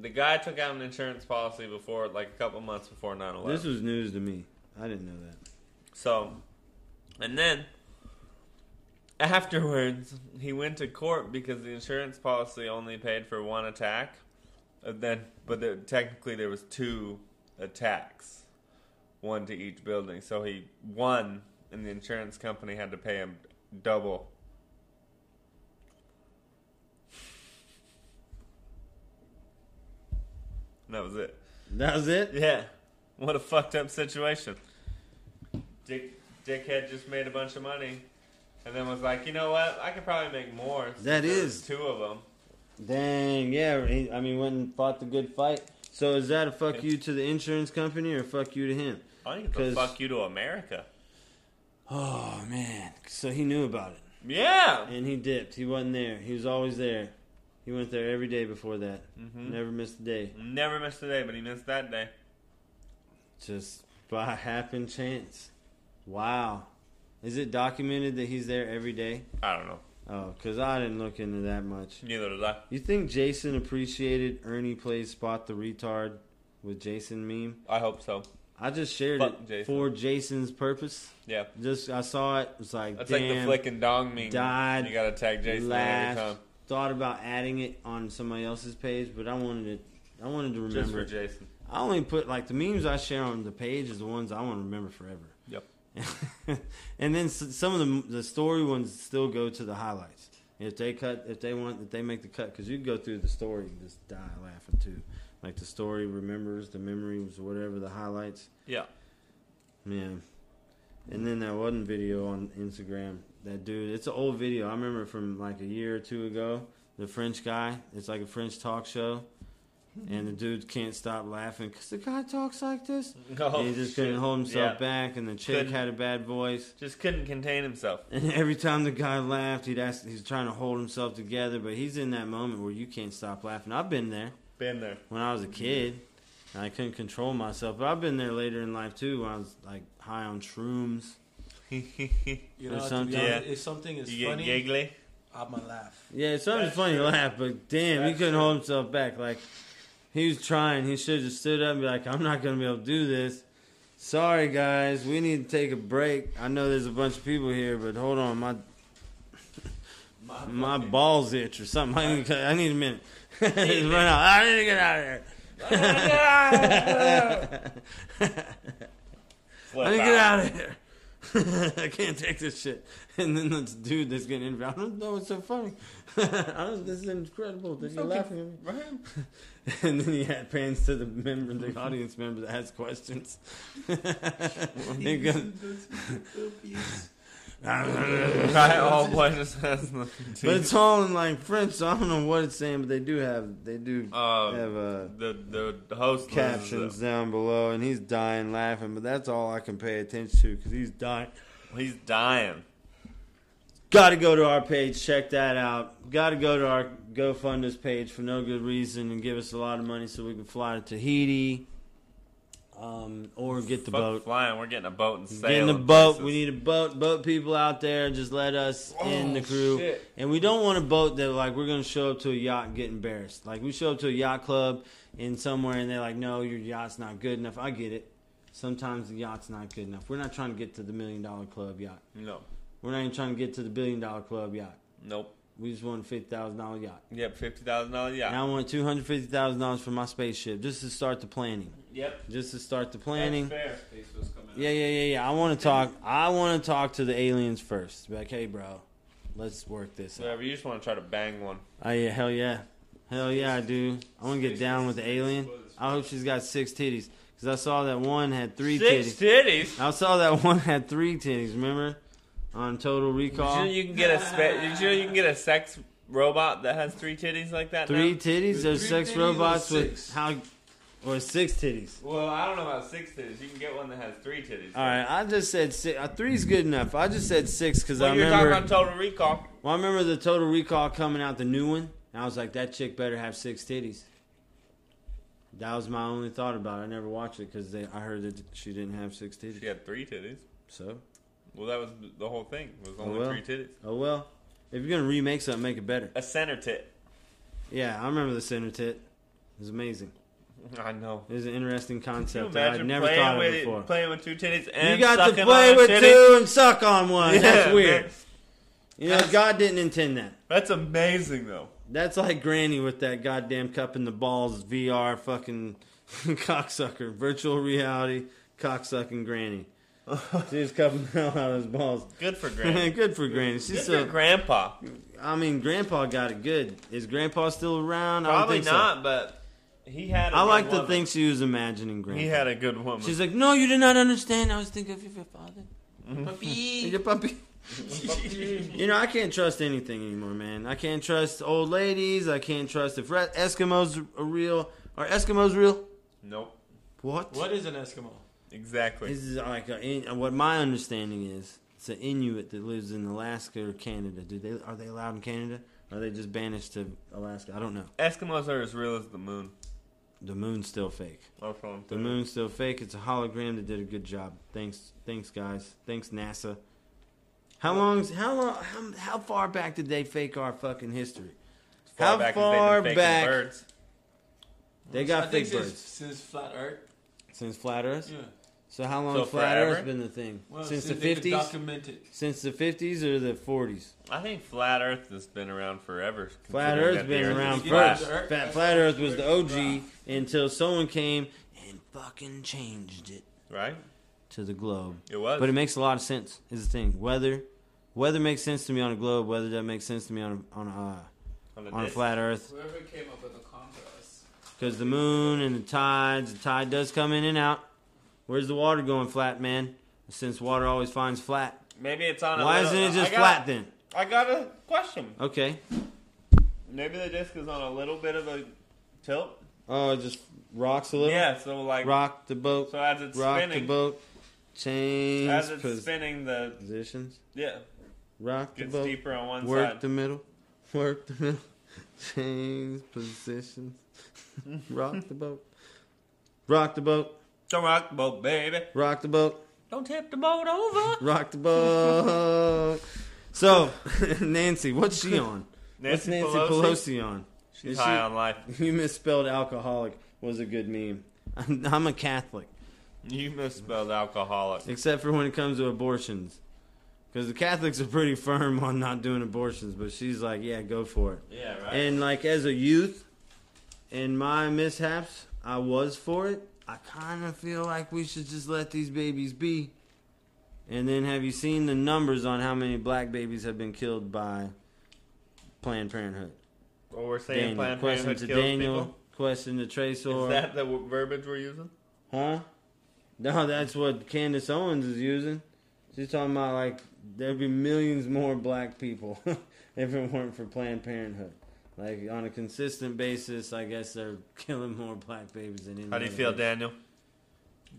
Speaker 4: the guy took out an insurance policy before, like a couple months before 9-11.
Speaker 3: This was news to me. I didn't know that.
Speaker 4: So, and then afterwards, he went to court because the insurance policy only paid for one attack. And then, but there, technically, there was two attacks, one to each building. So he won, and the insurance company had to pay him double. And that was it.
Speaker 3: That was it.
Speaker 4: Yeah. What a fucked up situation. Dick Dickhead just made a bunch of money and then was like, you know what? I could probably make more. since
Speaker 3: That
Speaker 4: there's
Speaker 3: is-
Speaker 4: two of them.
Speaker 3: Dang, yeah. He, I mean, went and fought the good fight. So is that a fuck you to the insurance company or fuck you to him?
Speaker 4: I think it's a
Speaker 3: 'Cause-
Speaker 4: fuck you to America.
Speaker 3: Oh man. So he knew about it
Speaker 4: Yeah.
Speaker 3: and he dipped. He wasn't there. He was always there. He went there every day before that. Never missed a day.
Speaker 4: Mm-hmm. Never missed a day, but he missed that day.
Speaker 3: Just by happen chance. Wow. Is it documented that he's there every day?
Speaker 4: I don't know.
Speaker 3: Oh, because I didn't look into that much.
Speaker 4: Neither did I.
Speaker 3: You think Jason appreciated Ernie plays Spot the Retard with Jason meme?
Speaker 4: I hope so.
Speaker 3: I just shared
Speaker 4: Fuck
Speaker 3: it
Speaker 4: Jason.
Speaker 3: for Jason's purpose.
Speaker 4: Yeah.
Speaker 3: Just I saw it. It's like
Speaker 4: That's like the
Speaker 3: damn.
Speaker 4: flick and dong meme.
Speaker 3: died,
Speaker 4: You gotta tag Jason
Speaker 3: laughed.
Speaker 4: every time.
Speaker 3: Thought about adding it on somebody else's page, but I wanted to. I wanted to
Speaker 4: Just
Speaker 3: remember.
Speaker 4: for
Speaker 3: it.
Speaker 4: Jason.
Speaker 3: I only put like the memes I share on the page is the ones I want to remember forever.
Speaker 4: Yep.
Speaker 3: and then s- some of the the story ones still go to the highlights. If they cut, if they want, if they make the cut, because you can go through the story and just die laughing too. Like the story remembers the memories, whatever the highlights.
Speaker 4: Yeah.
Speaker 3: Man. And then that one video on Instagram, that dude, it's an old video. I remember from like a year or two ago. The French guy, it's like a French talk show. And the dude can't stop laughing because the guy talks like this.
Speaker 4: Oh,
Speaker 3: and he just couldn't
Speaker 4: shit.
Speaker 3: hold himself
Speaker 4: Yeah.
Speaker 3: back, and the chick
Speaker 4: Couldn't.
Speaker 3: had a bad voice.
Speaker 4: Just couldn't contain himself.
Speaker 3: And every time the guy laughed, he'd ask, he's trying to hold himself together, but he's in that moment where you can't stop laughing. I've been there
Speaker 4: Been there.
Speaker 3: when I was a kid. And I couldn't control myself, but I've been there later in life too when I was like high on shrooms.
Speaker 7: You
Speaker 3: Or
Speaker 7: know, to
Speaker 3: something.
Speaker 7: be honest,
Speaker 4: Yeah.
Speaker 7: if something is
Speaker 4: You get
Speaker 7: funny,
Speaker 4: giggly.
Speaker 7: I'm gonna laugh.
Speaker 3: Yeah, it's not a funny laugh, but damn, he
Speaker 4: That's
Speaker 3: couldn't
Speaker 4: true.
Speaker 3: hold himself back. Like he was trying. He should have just stood up and be like, "I'm not gonna be able to do this. Sorry, guys, we need to take a break. I know there's a bunch of people here, but hold on, my my balls itch or something. I need, I need a minute. Just run out. I need to get out of here. I need to get out of here. I can't take this shit. And then this dude that's getting interviewed, I don't know what's so funny. I don't, this is incredible that you're laughing at me. and then he had pans to the member, the audience member that has questions. And he goes-
Speaker 4: Try all pleasures has
Speaker 3: but it's all in like French, so I don't know what it's saying, but they do have they do have uh,
Speaker 4: the the host
Speaker 3: captions
Speaker 4: captions.
Speaker 3: down below, and he's dying laughing, but that's all I can pay attention to because he's dying.
Speaker 4: He's dying.
Speaker 3: Got to go to our page, check that out. Got to go to our GoFundUs page for no good reason and give us a lot of money so we can fly to Tahiti, um, or get the
Speaker 4: Fuck
Speaker 3: boat.
Speaker 4: flying. We're getting a boat and
Speaker 3: Get in
Speaker 4: sailing
Speaker 3: the boat.
Speaker 4: places.
Speaker 3: We need a boat. Boat people out there, just let us in the crew.
Speaker 4: shit.
Speaker 3: And we don't want a boat that like we're gonna show up to a yacht and get embarrassed. Like we show up to a yacht club in somewhere and they're like, "No, your yacht's not good enough." I get it. Sometimes the yacht's not good enough. We're not trying to get to the million dollar club yacht.
Speaker 4: No,
Speaker 3: We're not even trying to get to the billion dollar club yacht.
Speaker 4: nope.
Speaker 3: We just won fifty thousand dollar yacht.
Speaker 4: Yep, fifty thousand dollars. Yeah.
Speaker 3: Now I want two hundred fifty thousand dollars for my spaceship just to start the planning.
Speaker 4: yep.
Speaker 3: Just to start the planning.
Speaker 4: That's fair.
Speaker 3: Yeah, yeah, yeah, yeah. I want to talk. I want to talk to the aliens first. Be like, hey, bro, let's work this. out.
Speaker 4: Whatever. You just want to try to bang one.
Speaker 3: Oh yeah, hell yeah, hell yeah, I do. I want to get down with the alien. I hope she's got six titties because I saw that one had three
Speaker 4: Six
Speaker 3: titties.
Speaker 4: titties.
Speaker 3: I saw that one had three titties. Remember, on Total
Speaker 4: Did
Speaker 3: Recall,
Speaker 4: you know you can get a spe- did you know you can get a sex robot that has three titties like that?
Speaker 3: three
Speaker 4: now?
Speaker 3: titties. There's
Speaker 5: three
Speaker 3: sex
Speaker 5: titties or
Speaker 3: robots with
Speaker 5: six?
Speaker 3: how, or six titties.
Speaker 4: Well, I don't know about six titties. You can get one that has three titties.
Speaker 3: All right, I just said six. Uh, three's good enough. I just said six because I
Speaker 4: Well, you're
Speaker 3: remember.
Speaker 4: talking about Total Recall.
Speaker 3: Well, I remember the Total Recall coming out, the new one, and I was like, that chick better have six titties. That was my only thought about it. I never watched it because I heard that she didn't have six titties.
Speaker 4: She had three titties.
Speaker 3: So,
Speaker 4: Well, that was the whole thing. It was only
Speaker 3: well.
Speaker 4: three titties.
Speaker 3: oh well. If you're gonna remake something, make it better.
Speaker 4: A center tit.
Speaker 3: Yeah, I remember the center tit. It was amazing.
Speaker 4: I know.
Speaker 3: It was an interesting
Speaker 4: Can you
Speaker 3: concept.
Speaker 4: imagine
Speaker 3: that I'd never
Speaker 4: playing
Speaker 3: thought of
Speaker 4: with
Speaker 3: before.
Speaker 4: It, playing with two titties
Speaker 3: you
Speaker 4: and
Speaker 3: got to
Speaker 4: sucking
Speaker 3: play
Speaker 4: on a
Speaker 3: with
Speaker 4: titty?
Speaker 3: two and suck on one. That's
Speaker 4: Yeah,
Speaker 3: weird.
Speaker 4: man.
Speaker 3: You know, God didn't intend that.
Speaker 4: That's amazing, though.
Speaker 3: That's like Granny with that goddamn cup in the balls VR fucking cocksucker. Virtual reality cocksucking Granny. She's cupping the hell out of his balls.
Speaker 4: Good for Grandpa.
Speaker 3: good for Granny. She's
Speaker 4: Good
Speaker 3: so,
Speaker 4: for Grandpa.
Speaker 3: I mean, Grandpa got it good. Is Grandpa still around? I don't
Speaker 4: Probably
Speaker 3: think so.
Speaker 4: not, but he had. A
Speaker 3: I
Speaker 4: good
Speaker 3: like to
Speaker 4: woman.
Speaker 3: think she was imagining Grandpa.
Speaker 4: he had a good woman.
Speaker 3: She's like, no, you did not understand. I was thinking of your father.
Speaker 7: Puppy.
Speaker 4: Mm-hmm.
Speaker 3: Your puppy. you know, I can't trust anything anymore, man. I can't trust old ladies. I can't trust if re- Eskimos are real. Are Eskimos real?
Speaker 4: nope.
Speaker 3: What?
Speaker 7: What is an Eskimo?
Speaker 4: Exactly.
Speaker 3: This is like a, in, what my understanding is. It's an Inuit that lives in Alaska or Canada. Do they are they allowed in Canada? Are they just banished to Alaska? I don't know.
Speaker 4: Eskimos are as real as the moon.
Speaker 3: The moon's still fake.
Speaker 4: That's what I'm
Speaker 3: The
Speaker 4: saying.
Speaker 3: moon's still fake. It's a hologram that did a good job. Thanks, thanks guys. Thanks NASA. How long's how long how, how far back did they fake our fucking history? How
Speaker 4: back as they've been
Speaker 3: far
Speaker 4: faking
Speaker 3: back?
Speaker 4: Birds.
Speaker 3: They
Speaker 7: I
Speaker 3: got
Speaker 7: think
Speaker 3: fake
Speaker 7: since,
Speaker 3: birds
Speaker 7: Since Flat Earth.
Speaker 3: since flat Earth.
Speaker 7: Yeah.
Speaker 3: So how long
Speaker 4: So
Speaker 3: flat
Speaker 4: forever?
Speaker 3: Earth's been the thing?
Speaker 7: Well,
Speaker 3: since, the
Speaker 7: they could
Speaker 3: fifties?
Speaker 7: Document it.
Speaker 3: Since the fifties or the forties?
Speaker 4: I think flat Earth has been around forever.
Speaker 3: Flat
Speaker 4: considering
Speaker 3: Earth's
Speaker 4: that the
Speaker 3: been
Speaker 4: Earth is
Speaker 3: around
Speaker 4: flat.
Speaker 3: first.
Speaker 7: Earth-
Speaker 3: Flat, flat Earth was the OG until someone came and fucking changed it
Speaker 4: right?
Speaker 3: to the globe.
Speaker 4: It was.
Speaker 3: But it makes a lot of sense. Is the thing weather? Weather makes sense to me on a globe. Weather doesn't make sense to me on a, on a,
Speaker 4: on
Speaker 3: on a
Speaker 4: disc.
Speaker 3: flat Earth
Speaker 5: Whoever came up with the compass.
Speaker 3: because the moon and the tides. The tide does come in and out. Where's the water going flat, man? Since water always finds flat.
Speaker 4: Maybe it's on. a
Speaker 3: Why
Speaker 4: little-
Speaker 3: isn't it
Speaker 4: I
Speaker 3: just
Speaker 4: got-
Speaker 3: flat then?
Speaker 4: I got a question.
Speaker 3: Okay.
Speaker 4: Maybe the disc is on a little bit of a tilt.
Speaker 3: Oh, it just rocks a little.
Speaker 4: Yeah. So like.
Speaker 3: Rock the boat.
Speaker 4: So as it's
Speaker 3: rock the
Speaker 4: spinning,
Speaker 3: boat. Change
Speaker 4: as it's
Speaker 3: pos-
Speaker 4: spinning, the
Speaker 3: positions.
Speaker 4: yeah
Speaker 3: Rock the
Speaker 4: gets
Speaker 3: boat.
Speaker 4: deeper on one
Speaker 3: Work
Speaker 4: side.
Speaker 3: the middle. Work the middle. Change positions. rock the boat. Rock the boat.
Speaker 4: Don't rock the boat, baby.
Speaker 3: Rock the boat.
Speaker 4: Don't tip the boat over.
Speaker 3: Rock the boat. So, Nancy, what's she on? What's
Speaker 4: Nancy,
Speaker 3: Nancy
Speaker 4: Pelosi.
Speaker 3: Pelosi, on?
Speaker 4: She's
Speaker 3: Is
Speaker 4: high
Speaker 3: she-
Speaker 4: on life.
Speaker 3: You misspelled alcoholic was a good meme. I'm, I'm a Catholic,
Speaker 4: You misspelled alcoholic.
Speaker 3: except for when it comes to abortions. Because the Catholics are pretty firm on not doing abortions, but she's like, yeah, go for it.
Speaker 4: Yeah. Right.
Speaker 3: And like as a youth, in my mishaps, I was for it. I kind of feel like we should just let these babies be. And then, have you seen the numbers on how many black babies have been killed by Planned Parenthood?
Speaker 4: Well, we're saying
Speaker 3: Daniel.
Speaker 4: Planned
Speaker 3: question
Speaker 4: Parenthood
Speaker 3: to
Speaker 4: kills
Speaker 3: Daniel.
Speaker 4: people.
Speaker 3: Question to Trace or
Speaker 4: Is that the w- verbiage we're using?
Speaker 3: huh? No, that's what Candace Owens is using. She's talking about like there'd be millions more black people if it weren't for Planned Parenthood. Like on a consistent basis, I guess they're killing more black babies than any.
Speaker 4: How do you
Speaker 3: other
Speaker 4: feel,
Speaker 3: group.
Speaker 4: Daniel?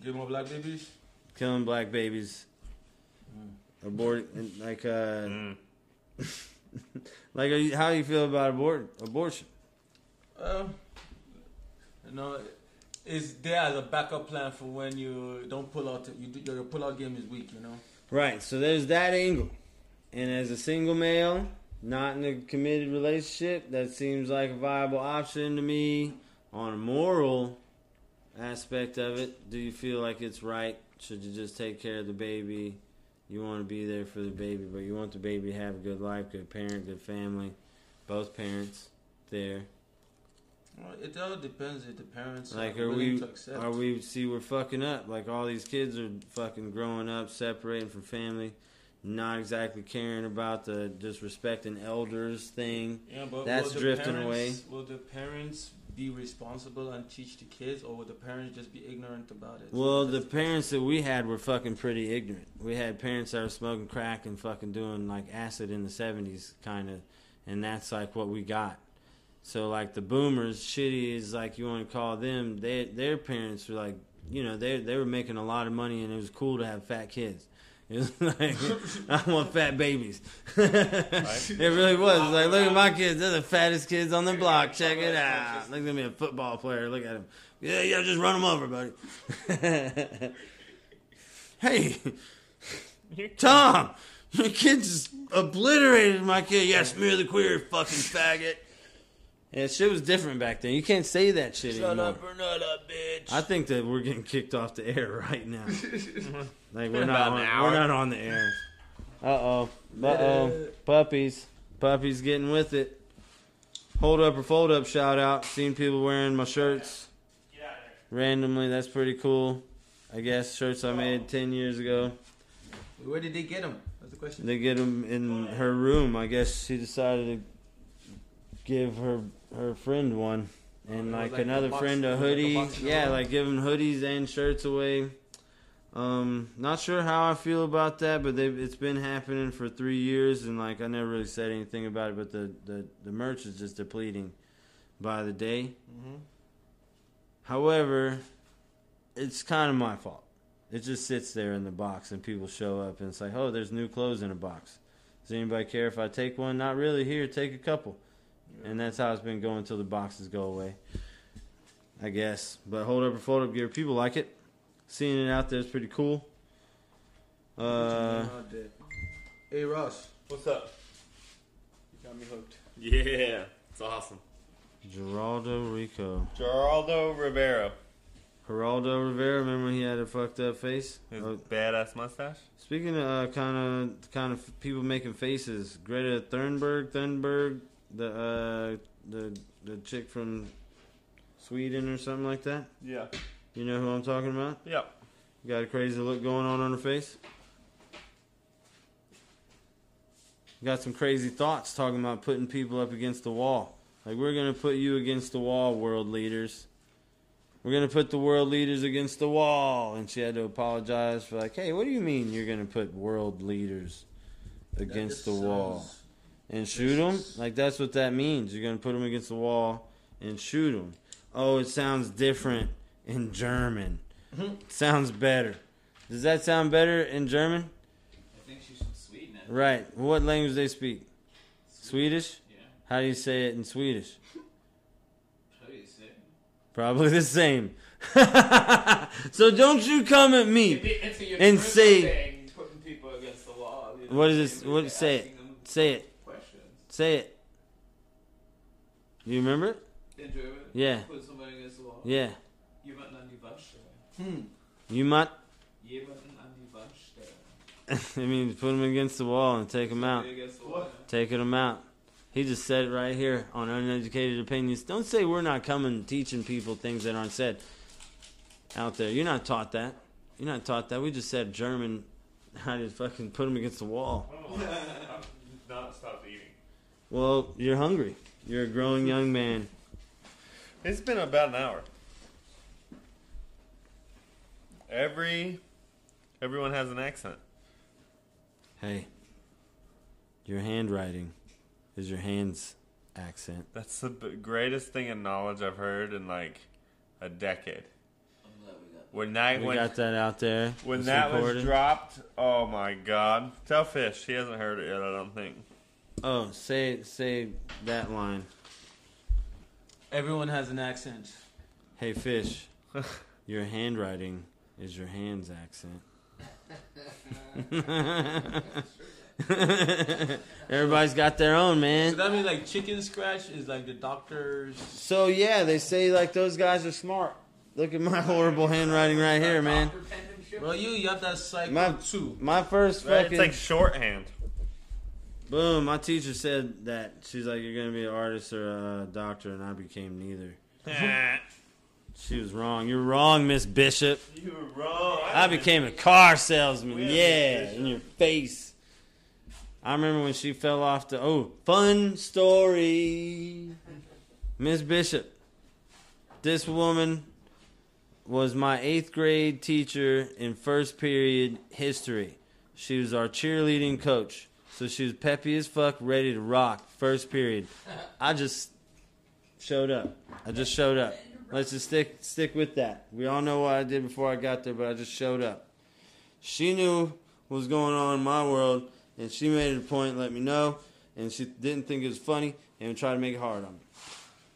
Speaker 7: Get more black babies.
Speaker 3: Killing black babies, aborting like uh,
Speaker 4: Mm.
Speaker 3: like are you, how do you feel about abort abortion?
Speaker 7: Well, Um, you know, it's there as a backup plan for when you don't pull out. You, do- your pull out game is weak. You know.
Speaker 3: Right. So there's that angle. And as a single male, not in a committed relationship, that seems like a viable option to me on a moral aspect of it. Do you feel like it's right? Should you just take care of the baby? You want to be there for the baby, but you want the baby to have a good life, good parent, good family. both parents there.
Speaker 7: Well, it all depends if the parents
Speaker 3: Like,
Speaker 7: are
Speaker 3: are
Speaker 7: willing
Speaker 3: we?
Speaker 7: to accept.
Speaker 3: Are we? See, we're fucking up. Like, all these kids are fucking growing up, separating from family, not exactly caring about the disrespecting elders thing.
Speaker 7: Yeah, but
Speaker 3: That's
Speaker 7: will the
Speaker 3: drifting
Speaker 7: parents, away. Will the parents be responsible and teach the kids, or will the parents just be ignorant about it?
Speaker 3: Well, the parents that we had were fucking pretty ignorant. We had parents that were smoking crack and fucking doing like acid in the 70s, kind of. And that's like what we got. So, like the boomers, shitty is like you want to call them, they, their parents were like, you know, they, they were making a lot of money and it was cool to have fat kids. It was like, I want fat babies. It really was. It's like, look at my kids. They're the fattest kids on the block. Check it out. Look at me, a football player. Look at him. Yeah, yeah, just run him over, buddy. hey, Tom, your kid just obliterated my kid. Yeah, smear the queer fucking faggot. Yeah, shit was different back then. You can't say that shit anymore.
Speaker 7: burn up, bitch.
Speaker 3: I think that we're getting kicked off the air right now. like we're not
Speaker 4: About
Speaker 3: on,
Speaker 4: an hour.
Speaker 3: we're not on the air. Uh oh. Uh oh. Puppies. Puppies getting with it. Hold up or fold up shout out. Seen people wearing my shirts. Randomly, that's pretty cool. I guess shirts I made ten years ago.
Speaker 7: Where did they get him? That's the question.
Speaker 3: They get them in her room. I guess she decided to give her her friend one, and
Speaker 7: Oh,
Speaker 3: like,
Speaker 7: like a
Speaker 3: another
Speaker 7: box-
Speaker 3: friend a
Speaker 7: like a
Speaker 3: hoodie.
Speaker 7: box in the
Speaker 3: yeah,
Speaker 7: room.
Speaker 3: like giving hoodies and shirts away. Um, not sure how I feel about that, but they've, it's been happening for three years, and like I never really said anything about it. But the the, the merch is just depleting by the day.
Speaker 7: Mm-hmm.
Speaker 3: However, it's kind of my fault. It just sits there in the box, and people show up, and it's like, oh, there's new clothes in a box. Does anybody care if I take one? Not really. Here, take a couple. And that's how it's been going until the boxes go away, I guess. But hold up or fold up gear, people like it. Seeing it out there is pretty cool. Uh,
Speaker 7: hey, Ross.
Speaker 4: What's up?
Speaker 7: You got me hooked.
Speaker 4: Yeah, it's awesome.
Speaker 3: Geraldo Rico.
Speaker 4: Geraldo Rivero.
Speaker 3: Geraldo Rivera, remember he had a fucked up face?
Speaker 4: His
Speaker 3: Oh,
Speaker 4: badass mustache.
Speaker 3: Speaking of uh, kind of kind of people making faces, Greta Thunberg, Thunberg, the uh, the the chick from Sweden or something like that.
Speaker 4: Yeah.
Speaker 3: You know who I'm talking about?
Speaker 4: Yep.
Speaker 3: Got a crazy look going on on her face. Got some crazy thoughts talking about putting people up against the wall. Like we're gonna put you against the wall, world leaders. We're gonna put the world leaders against the wall. And she had to apologize for like, hey, what do you mean you're gonna put world leaders against the wall and shoot them? Like that's what that means. You're gonna put them against the wall and shoot them. Oh, it sounds different in German. Sounds better. Does that sound better in German?
Speaker 8: I think she's from Sweden. eh? I think.
Speaker 3: Right. What language they speak? Swedish?
Speaker 8: Yeah.
Speaker 3: How do you say it in Swedish?
Speaker 8: Pretty sick.
Speaker 3: Probably the same. so don't you come at
Speaker 8: It'd be-
Speaker 3: me.
Speaker 8: It's a
Speaker 3: And
Speaker 8: universal
Speaker 3: say-
Speaker 8: thing, putting people against the wall. You know,
Speaker 3: What is this?
Speaker 8: and
Speaker 3: What say it?
Speaker 8: asking them
Speaker 3: Say it.
Speaker 8: Questions.
Speaker 3: Say it. You remember it?
Speaker 8: In German?
Speaker 3: Yeah.
Speaker 8: Put somebody against the wall.
Speaker 3: Yeah.
Speaker 8: Jemanden an die Wand stellen.
Speaker 3: You might.
Speaker 8: Jemanden an die Wand stellen.
Speaker 3: I mean, put them against the wall and take them out.
Speaker 8: Somebody Against the wall.
Speaker 3: Taking them out. He just said it right here on uneducated opinions. Don't say we're not coming teaching people things that aren't said out there. You're not taught that. You're not taught that. We just said German. How to fucking put them against the wall.
Speaker 4: Not stop eating.
Speaker 3: Well, you're hungry. You're a growing young man.
Speaker 4: It's been about an hour. Every everyone has an accent.
Speaker 3: Hey, your handwriting is your hands accent.
Speaker 4: That's the b- greatest thing in knowledge I've heard in like a decade. When that
Speaker 3: We
Speaker 4: when,
Speaker 3: got that out there.
Speaker 4: when
Speaker 3: It's
Speaker 4: that was
Speaker 3: recorded.
Speaker 4: dropped, oh my god, tell Fish he hasn't heard it yet. I don't think.
Speaker 3: Oh, say say that line.
Speaker 7: Everyone has an accent.
Speaker 3: Hey fish, your handwriting is your hands accent. Everybody's got their own
Speaker 7: So
Speaker 3: man.
Speaker 7: that means like chicken scratch is like the doctor's.
Speaker 3: So yeah, they say like those guys are smart. Look at my horrible handwriting right here, man.
Speaker 7: Well, you you have that cycle
Speaker 3: My-
Speaker 7: too.
Speaker 3: My first
Speaker 4: Right, It's
Speaker 3: fucking
Speaker 4: like shorthand.
Speaker 3: Boom. My teacher said that. She's like, you're going to be an artist or a doctor, and I became neither.
Speaker 4: Eh.
Speaker 3: She was wrong. You're wrong, Miss Bishop.
Speaker 4: You were wrong.
Speaker 3: I became a car salesman. Yeah, in your face. I remember when she fell off the. Oh, fun story. Miss Bishop. This woman was my eighth grade teacher in first period history. She was our cheerleading coach. So she was peppy as fuck, ready to rock first period. I just showed up. I just showed up. Let's just stick stick with that. We all know what I did before I got there, but I just showed up. She knew what was going on in my world, and she made it a point, to let me know, and she didn't think it was funny, and would try to make it hard on me.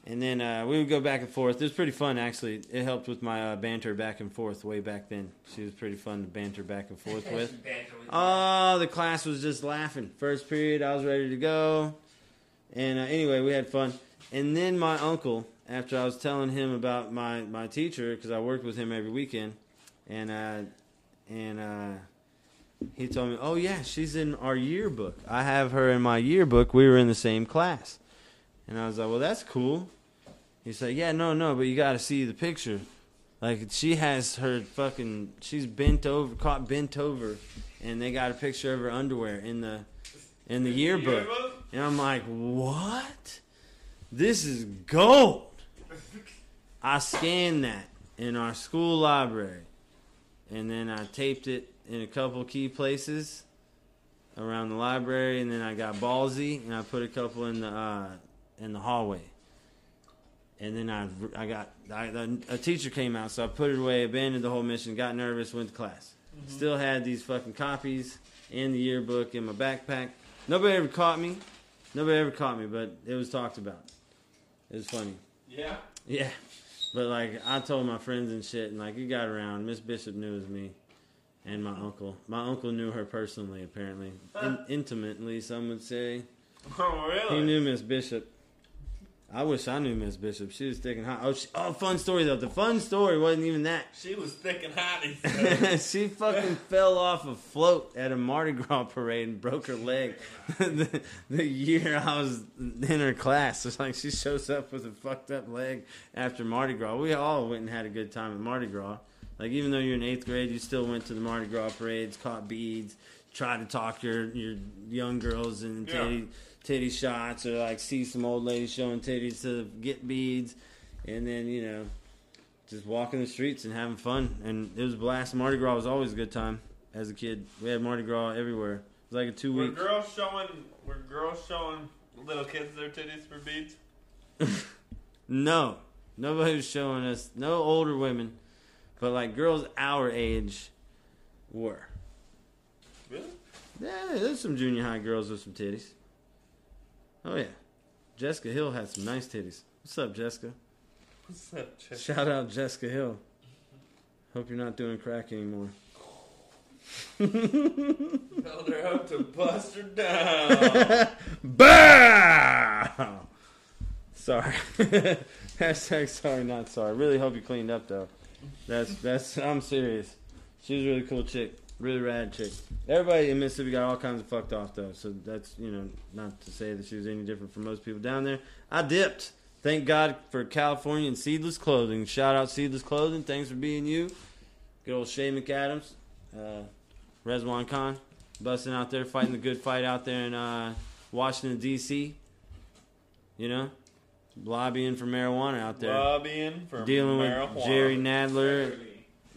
Speaker 3: And then uh, we would go back and forth. It was pretty fun, actually. It helped with my uh, banter back and forth way back then. She was pretty fun to banter back and forth with. Oh, the class was just laughing. First period, I was ready to go. And uh, anyway, we had fun. And then my uncle, after I was telling him about my, my teacher, because I worked with him every weekend, and uh, and uh, he told me, "Oh yeah, she's in our yearbook. I have her in my yearbook. We were in the same class." And I was like, "Well, that's cool." He's like, "Yeah, no, no, but you got to see the picture. Like she has her fucking she's bent over, caught bent over, and they got a picture of her underwear in the in the yearbook." And I'm like, "What? This is gold." I scanned that in our school library, and then I taped it in a couple key places around the library, and then I got ballsy and I put a couple in the uh, in the hallway. And then I I got I, a teacher came out, so I put it away, abandoned the whole mission, got nervous, went to class.
Speaker 4: Mm-hmm.
Speaker 3: Still had these fucking copies in the yearbook in my backpack. Nobody ever caught me. Nobody ever caught me, but it was talked about. It was funny.
Speaker 7: Yeah.
Speaker 3: Yeah. But like I told my friends and shit and like it got around. Miss Bishop knew it was me. And my uncle. My uncle knew her personally apparently. In- intimately, some would say.
Speaker 4: Oh,
Speaker 3: He
Speaker 4: really?
Speaker 3: knew Miss Bishop. I wish I knew Miss Bishop. She was sticking hot. Oh, she, oh, fun story though. The fun story wasn't even that.
Speaker 4: She was thick and hot.
Speaker 3: she fucking fell off a float at a Mardi Gras parade and broke her leg. the, the year I was in her class, it's like she shows up with a fucked up leg after Mardi Gras. We all went and had a good time at Mardi Gras. Like even though you're in eighth grade, you still went to the Mardi Gras parades, caught beads, tried to talk your your young girls and titty titty shots, or like see some old lady showing titties to get beads, and then you know just walking the streets and having fun. And it was a blast. Mardi Gras was always a good time as a kid. We had Mardi Gras everywhere. It was like a two
Speaker 4: Were
Speaker 3: week.
Speaker 4: girls showing? Were girls showing little kids their titties for beads?
Speaker 3: No, nobody was showing us. No older women, but like girls our age were.
Speaker 4: Really?
Speaker 3: Yeah, there's some junior high girls with some titties. Oh yeah, Jessica Hill had some nice titties. What's up, Jessica?
Speaker 4: What's up, Chip?
Speaker 3: Shout out Jessica Hill. Hope you're not doing crack anymore.
Speaker 4: Held her up to bust her down.
Speaker 3: Bow! Sorry. Hashtag sorry, not sorry. Really hope you cleaned up though. That's that's I'm serious. She was a really cool chick. Really rad chick. Everybody in Mississippi got all kinds of fucked off though, so that's you know, not to say that she was any different from most people down there. I dipped. Thank God for California and Seedless Clothing. Shout out Seedless Clothing. Thanks for being you. Good old Shay McAdams. Uh Rezwan Khan. Busting out there, fighting the good fight out there in uh Washington D.C. You know, lobbying for marijuana out there,
Speaker 4: Lobbying for
Speaker 3: dealing with
Speaker 4: marijuana.
Speaker 3: Jerry Nadler,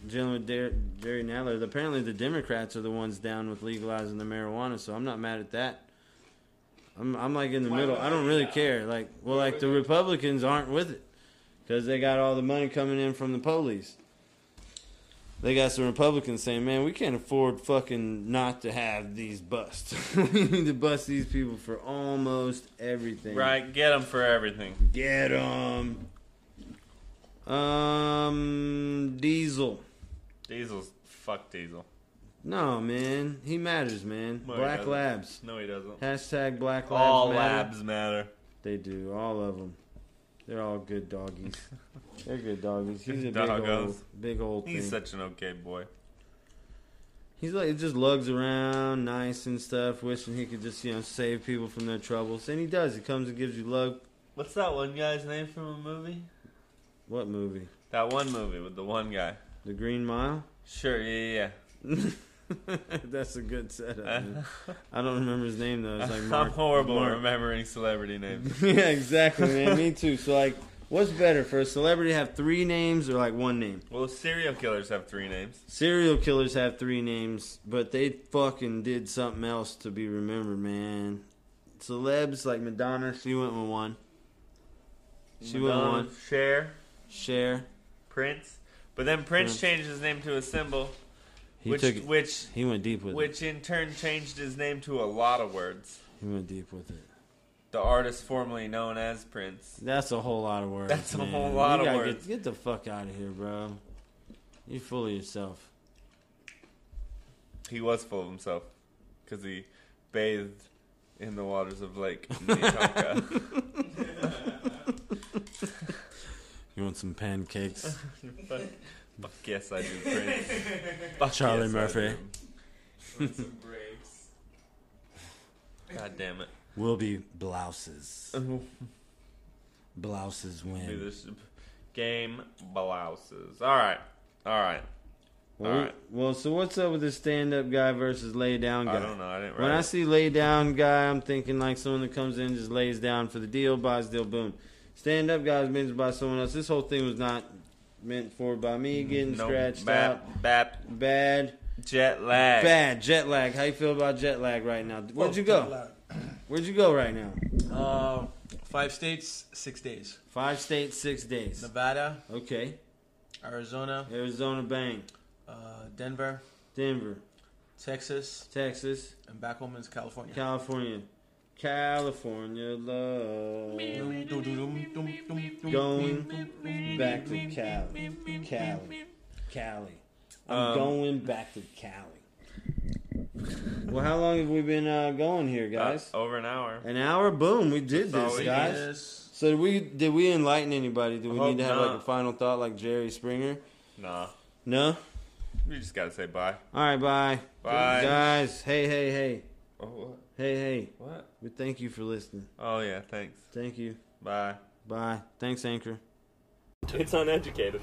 Speaker 3: dealing with Dar- Jerry Nadler. Apparently, the Democrats are the ones down with legalizing the marijuana, so I'm not mad at that. I'm I'm like in the middle. I don't really care. Like, well, like the Republicans aren't with it because they got all the money coming in from the police. They got some Republicans saying, "Man, we can't afford fucking not to have these busts. we need to bust these people for almost everything."
Speaker 4: Right, get them for everything.
Speaker 3: Get them. Um, Diesel.
Speaker 4: Diesel's fuck Diesel.
Speaker 3: No, man. He matters, man.
Speaker 4: No, he
Speaker 3: Black
Speaker 4: doesn't.
Speaker 3: Labs.
Speaker 4: No, he doesn't.
Speaker 3: Hashtag Black Labs.
Speaker 4: All
Speaker 3: matter.
Speaker 4: labs matter.
Speaker 3: They do. All of them. They're all good doggies. They're good doggies. He's a
Speaker 4: Good
Speaker 3: big
Speaker 4: doggos.
Speaker 3: old, big old
Speaker 4: He's
Speaker 3: thing.
Speaker 4: such an okay boy.
Speaker 3: He's like just lugs around, nice and stuff, wishing he could just you know save people from their troubles, and he does. He comes and gives you lug.
Speaker 4: What's that one guy's name from a movie?
Speaker 3: What movie?
Speaker 4: That one movie with the one guy.
Speaker 3: The Green Mile.
Speaker 4: Sure, yeah,
Speaker 3: That's a good setup.
Speaker 4: yeah,
Speaker 3: man.
Speaker 4: yeah.
Speaker 3: I don't remember his name though. It's like
Speaker 4: I'm
Speaker 3: Mark,
Speaker 4: horrible at
Speaker 3: Mark-
Speaker 4: remembering celebrity names.
Speaker 3: yeah, exactly, man. Me too. So like, what's better for a celebrity to have three names or like one name?
Speaker 4: Well, serial killers have three names.
Speaker 3: Serial killers have three names, but they fucking did something else to be remembered, man. Celebs like Madonna, she went with one. She went
Speaker 4: Madonna,
Speaker 3: with one.
Speaker 4: Cher,
Speaker 3: Cher,
Speaker 4: Prince, but then Prince
Speaker 3: Prince.
Speaker 4: changed his name to a symbol,
Speaker 3: he
Speaker 4: which
Speaker 3: took it.
Speaker 4: which
Speaker 3: He went deep with it.
Speaker 4: which in turn changed his name to a lot of words.
Speaker 3: He went deep with it.
Speaker 4: The artist formerly known as Prince.
Speaker 3: That's a whole lot of words.
Speaker 4: That's a
Speaker 3: man.
Speaker 4: whole lot
Speaker 3: You
Speaker 4: of
Speaker 3: gotta
Speaker 4: words.
Speaker 3: Get, get the fuck out of here, bro. You're full of yourself.
Speaker 4: He was full of himself because he bathed in the waters of Lake Minnetonka.
Speaker 3: You want some pancakes?
Speaker 4: Fuck fuck yes, I do, Prince. Fuck
Speaker 3: Charlie
Speaker 4: yes, I
Speaker 3: Murphy.
Speaker 8: With some grapes.
Speaker 4: do. God damn it.
Speaker 3: Will be blouses. Blouses
Speaker 4: Do
Speaker 3: win.
Speaker 4: this game blouses. All right, all right.
Speaker 3: Well,
Speaker 4: Alright.
Speaker 3: well, so what's up with this stand up guy versus lay down guy?
Speaker 4: I don't know. I didn't. Write
Speaker 3: When I
Speaker 4: it.
Speaker 3: see lay down guy, I'm thinking like someone that comes in and just lays down for the deal, buys the deal, boom. Stand up guy was mentioned by someone else. This whole thing was not meant for by me getting
Speaker 4: Mm, No,
Speaker 3: scratched
Speaker 4: bap,
Speaker 3: out.
Speaker 4: Bap,
Speaker 3: Bad,
Speaker 4: jet lag.
Speaker 3: bad jet lag. How you feel about jet lag right now? Where'd you go? Where'd you go right now?
Speaker 7: Uh, five states, six days.
Speaker 3: Five states, six days.
Speaker 7: Nevada,
Speaker 3: Okay.
Speaker 7: Arizona,
Speaker 3: Arizona, bang.
Speaker 7: uh, Denver,
Speaker 3: Denver,
Speaker 7: Texas,
Speaker 3: Texas,
Speaker 7: and back home is California.
Speaker 3: California, California love. Going
Speaker 7: Going
Speaker 3: back to Cali, Cali, Cali. I'm
Speaker 4: Um,
Speaker 3: going back to Cali. well, how long have we been uh, going here,
Speaker 4: Uh,
Speaker 3: guys?
Speaker 4: over an hour.
Speaker 3: An hour. Boom, we did
Speaker 4: That's all
Speaker 3: this,
Speaker 4: we
Speaker 3: guys. So did we did we enlighten anybody? Do we
Speaker 4: Hope
Speaker 3: need to have like
Speaker 4: not.
Speaker 3: a final thought, like Jerry Springer?
Speaker 4: Nah,
Speaker 3: No.
Speaker 4: we just gotta say bye.
Speaker 3: All right, bye,
Speaker 4: Bye.
Speaker 3: guys. Hey, hey, hey,
Speaker 4: Oh, what?
Speaker 3: hey, hey.
Speaker 4: What?
Speaker 3: We thank you for listening.
Speaker 4: Oh yeah. Thanks.
Speaker 3: Thank you.
Speaker 4: Bye.
Speaker 3: Bye. Thanks, Anchor.
Speaker 1: It's uneducated.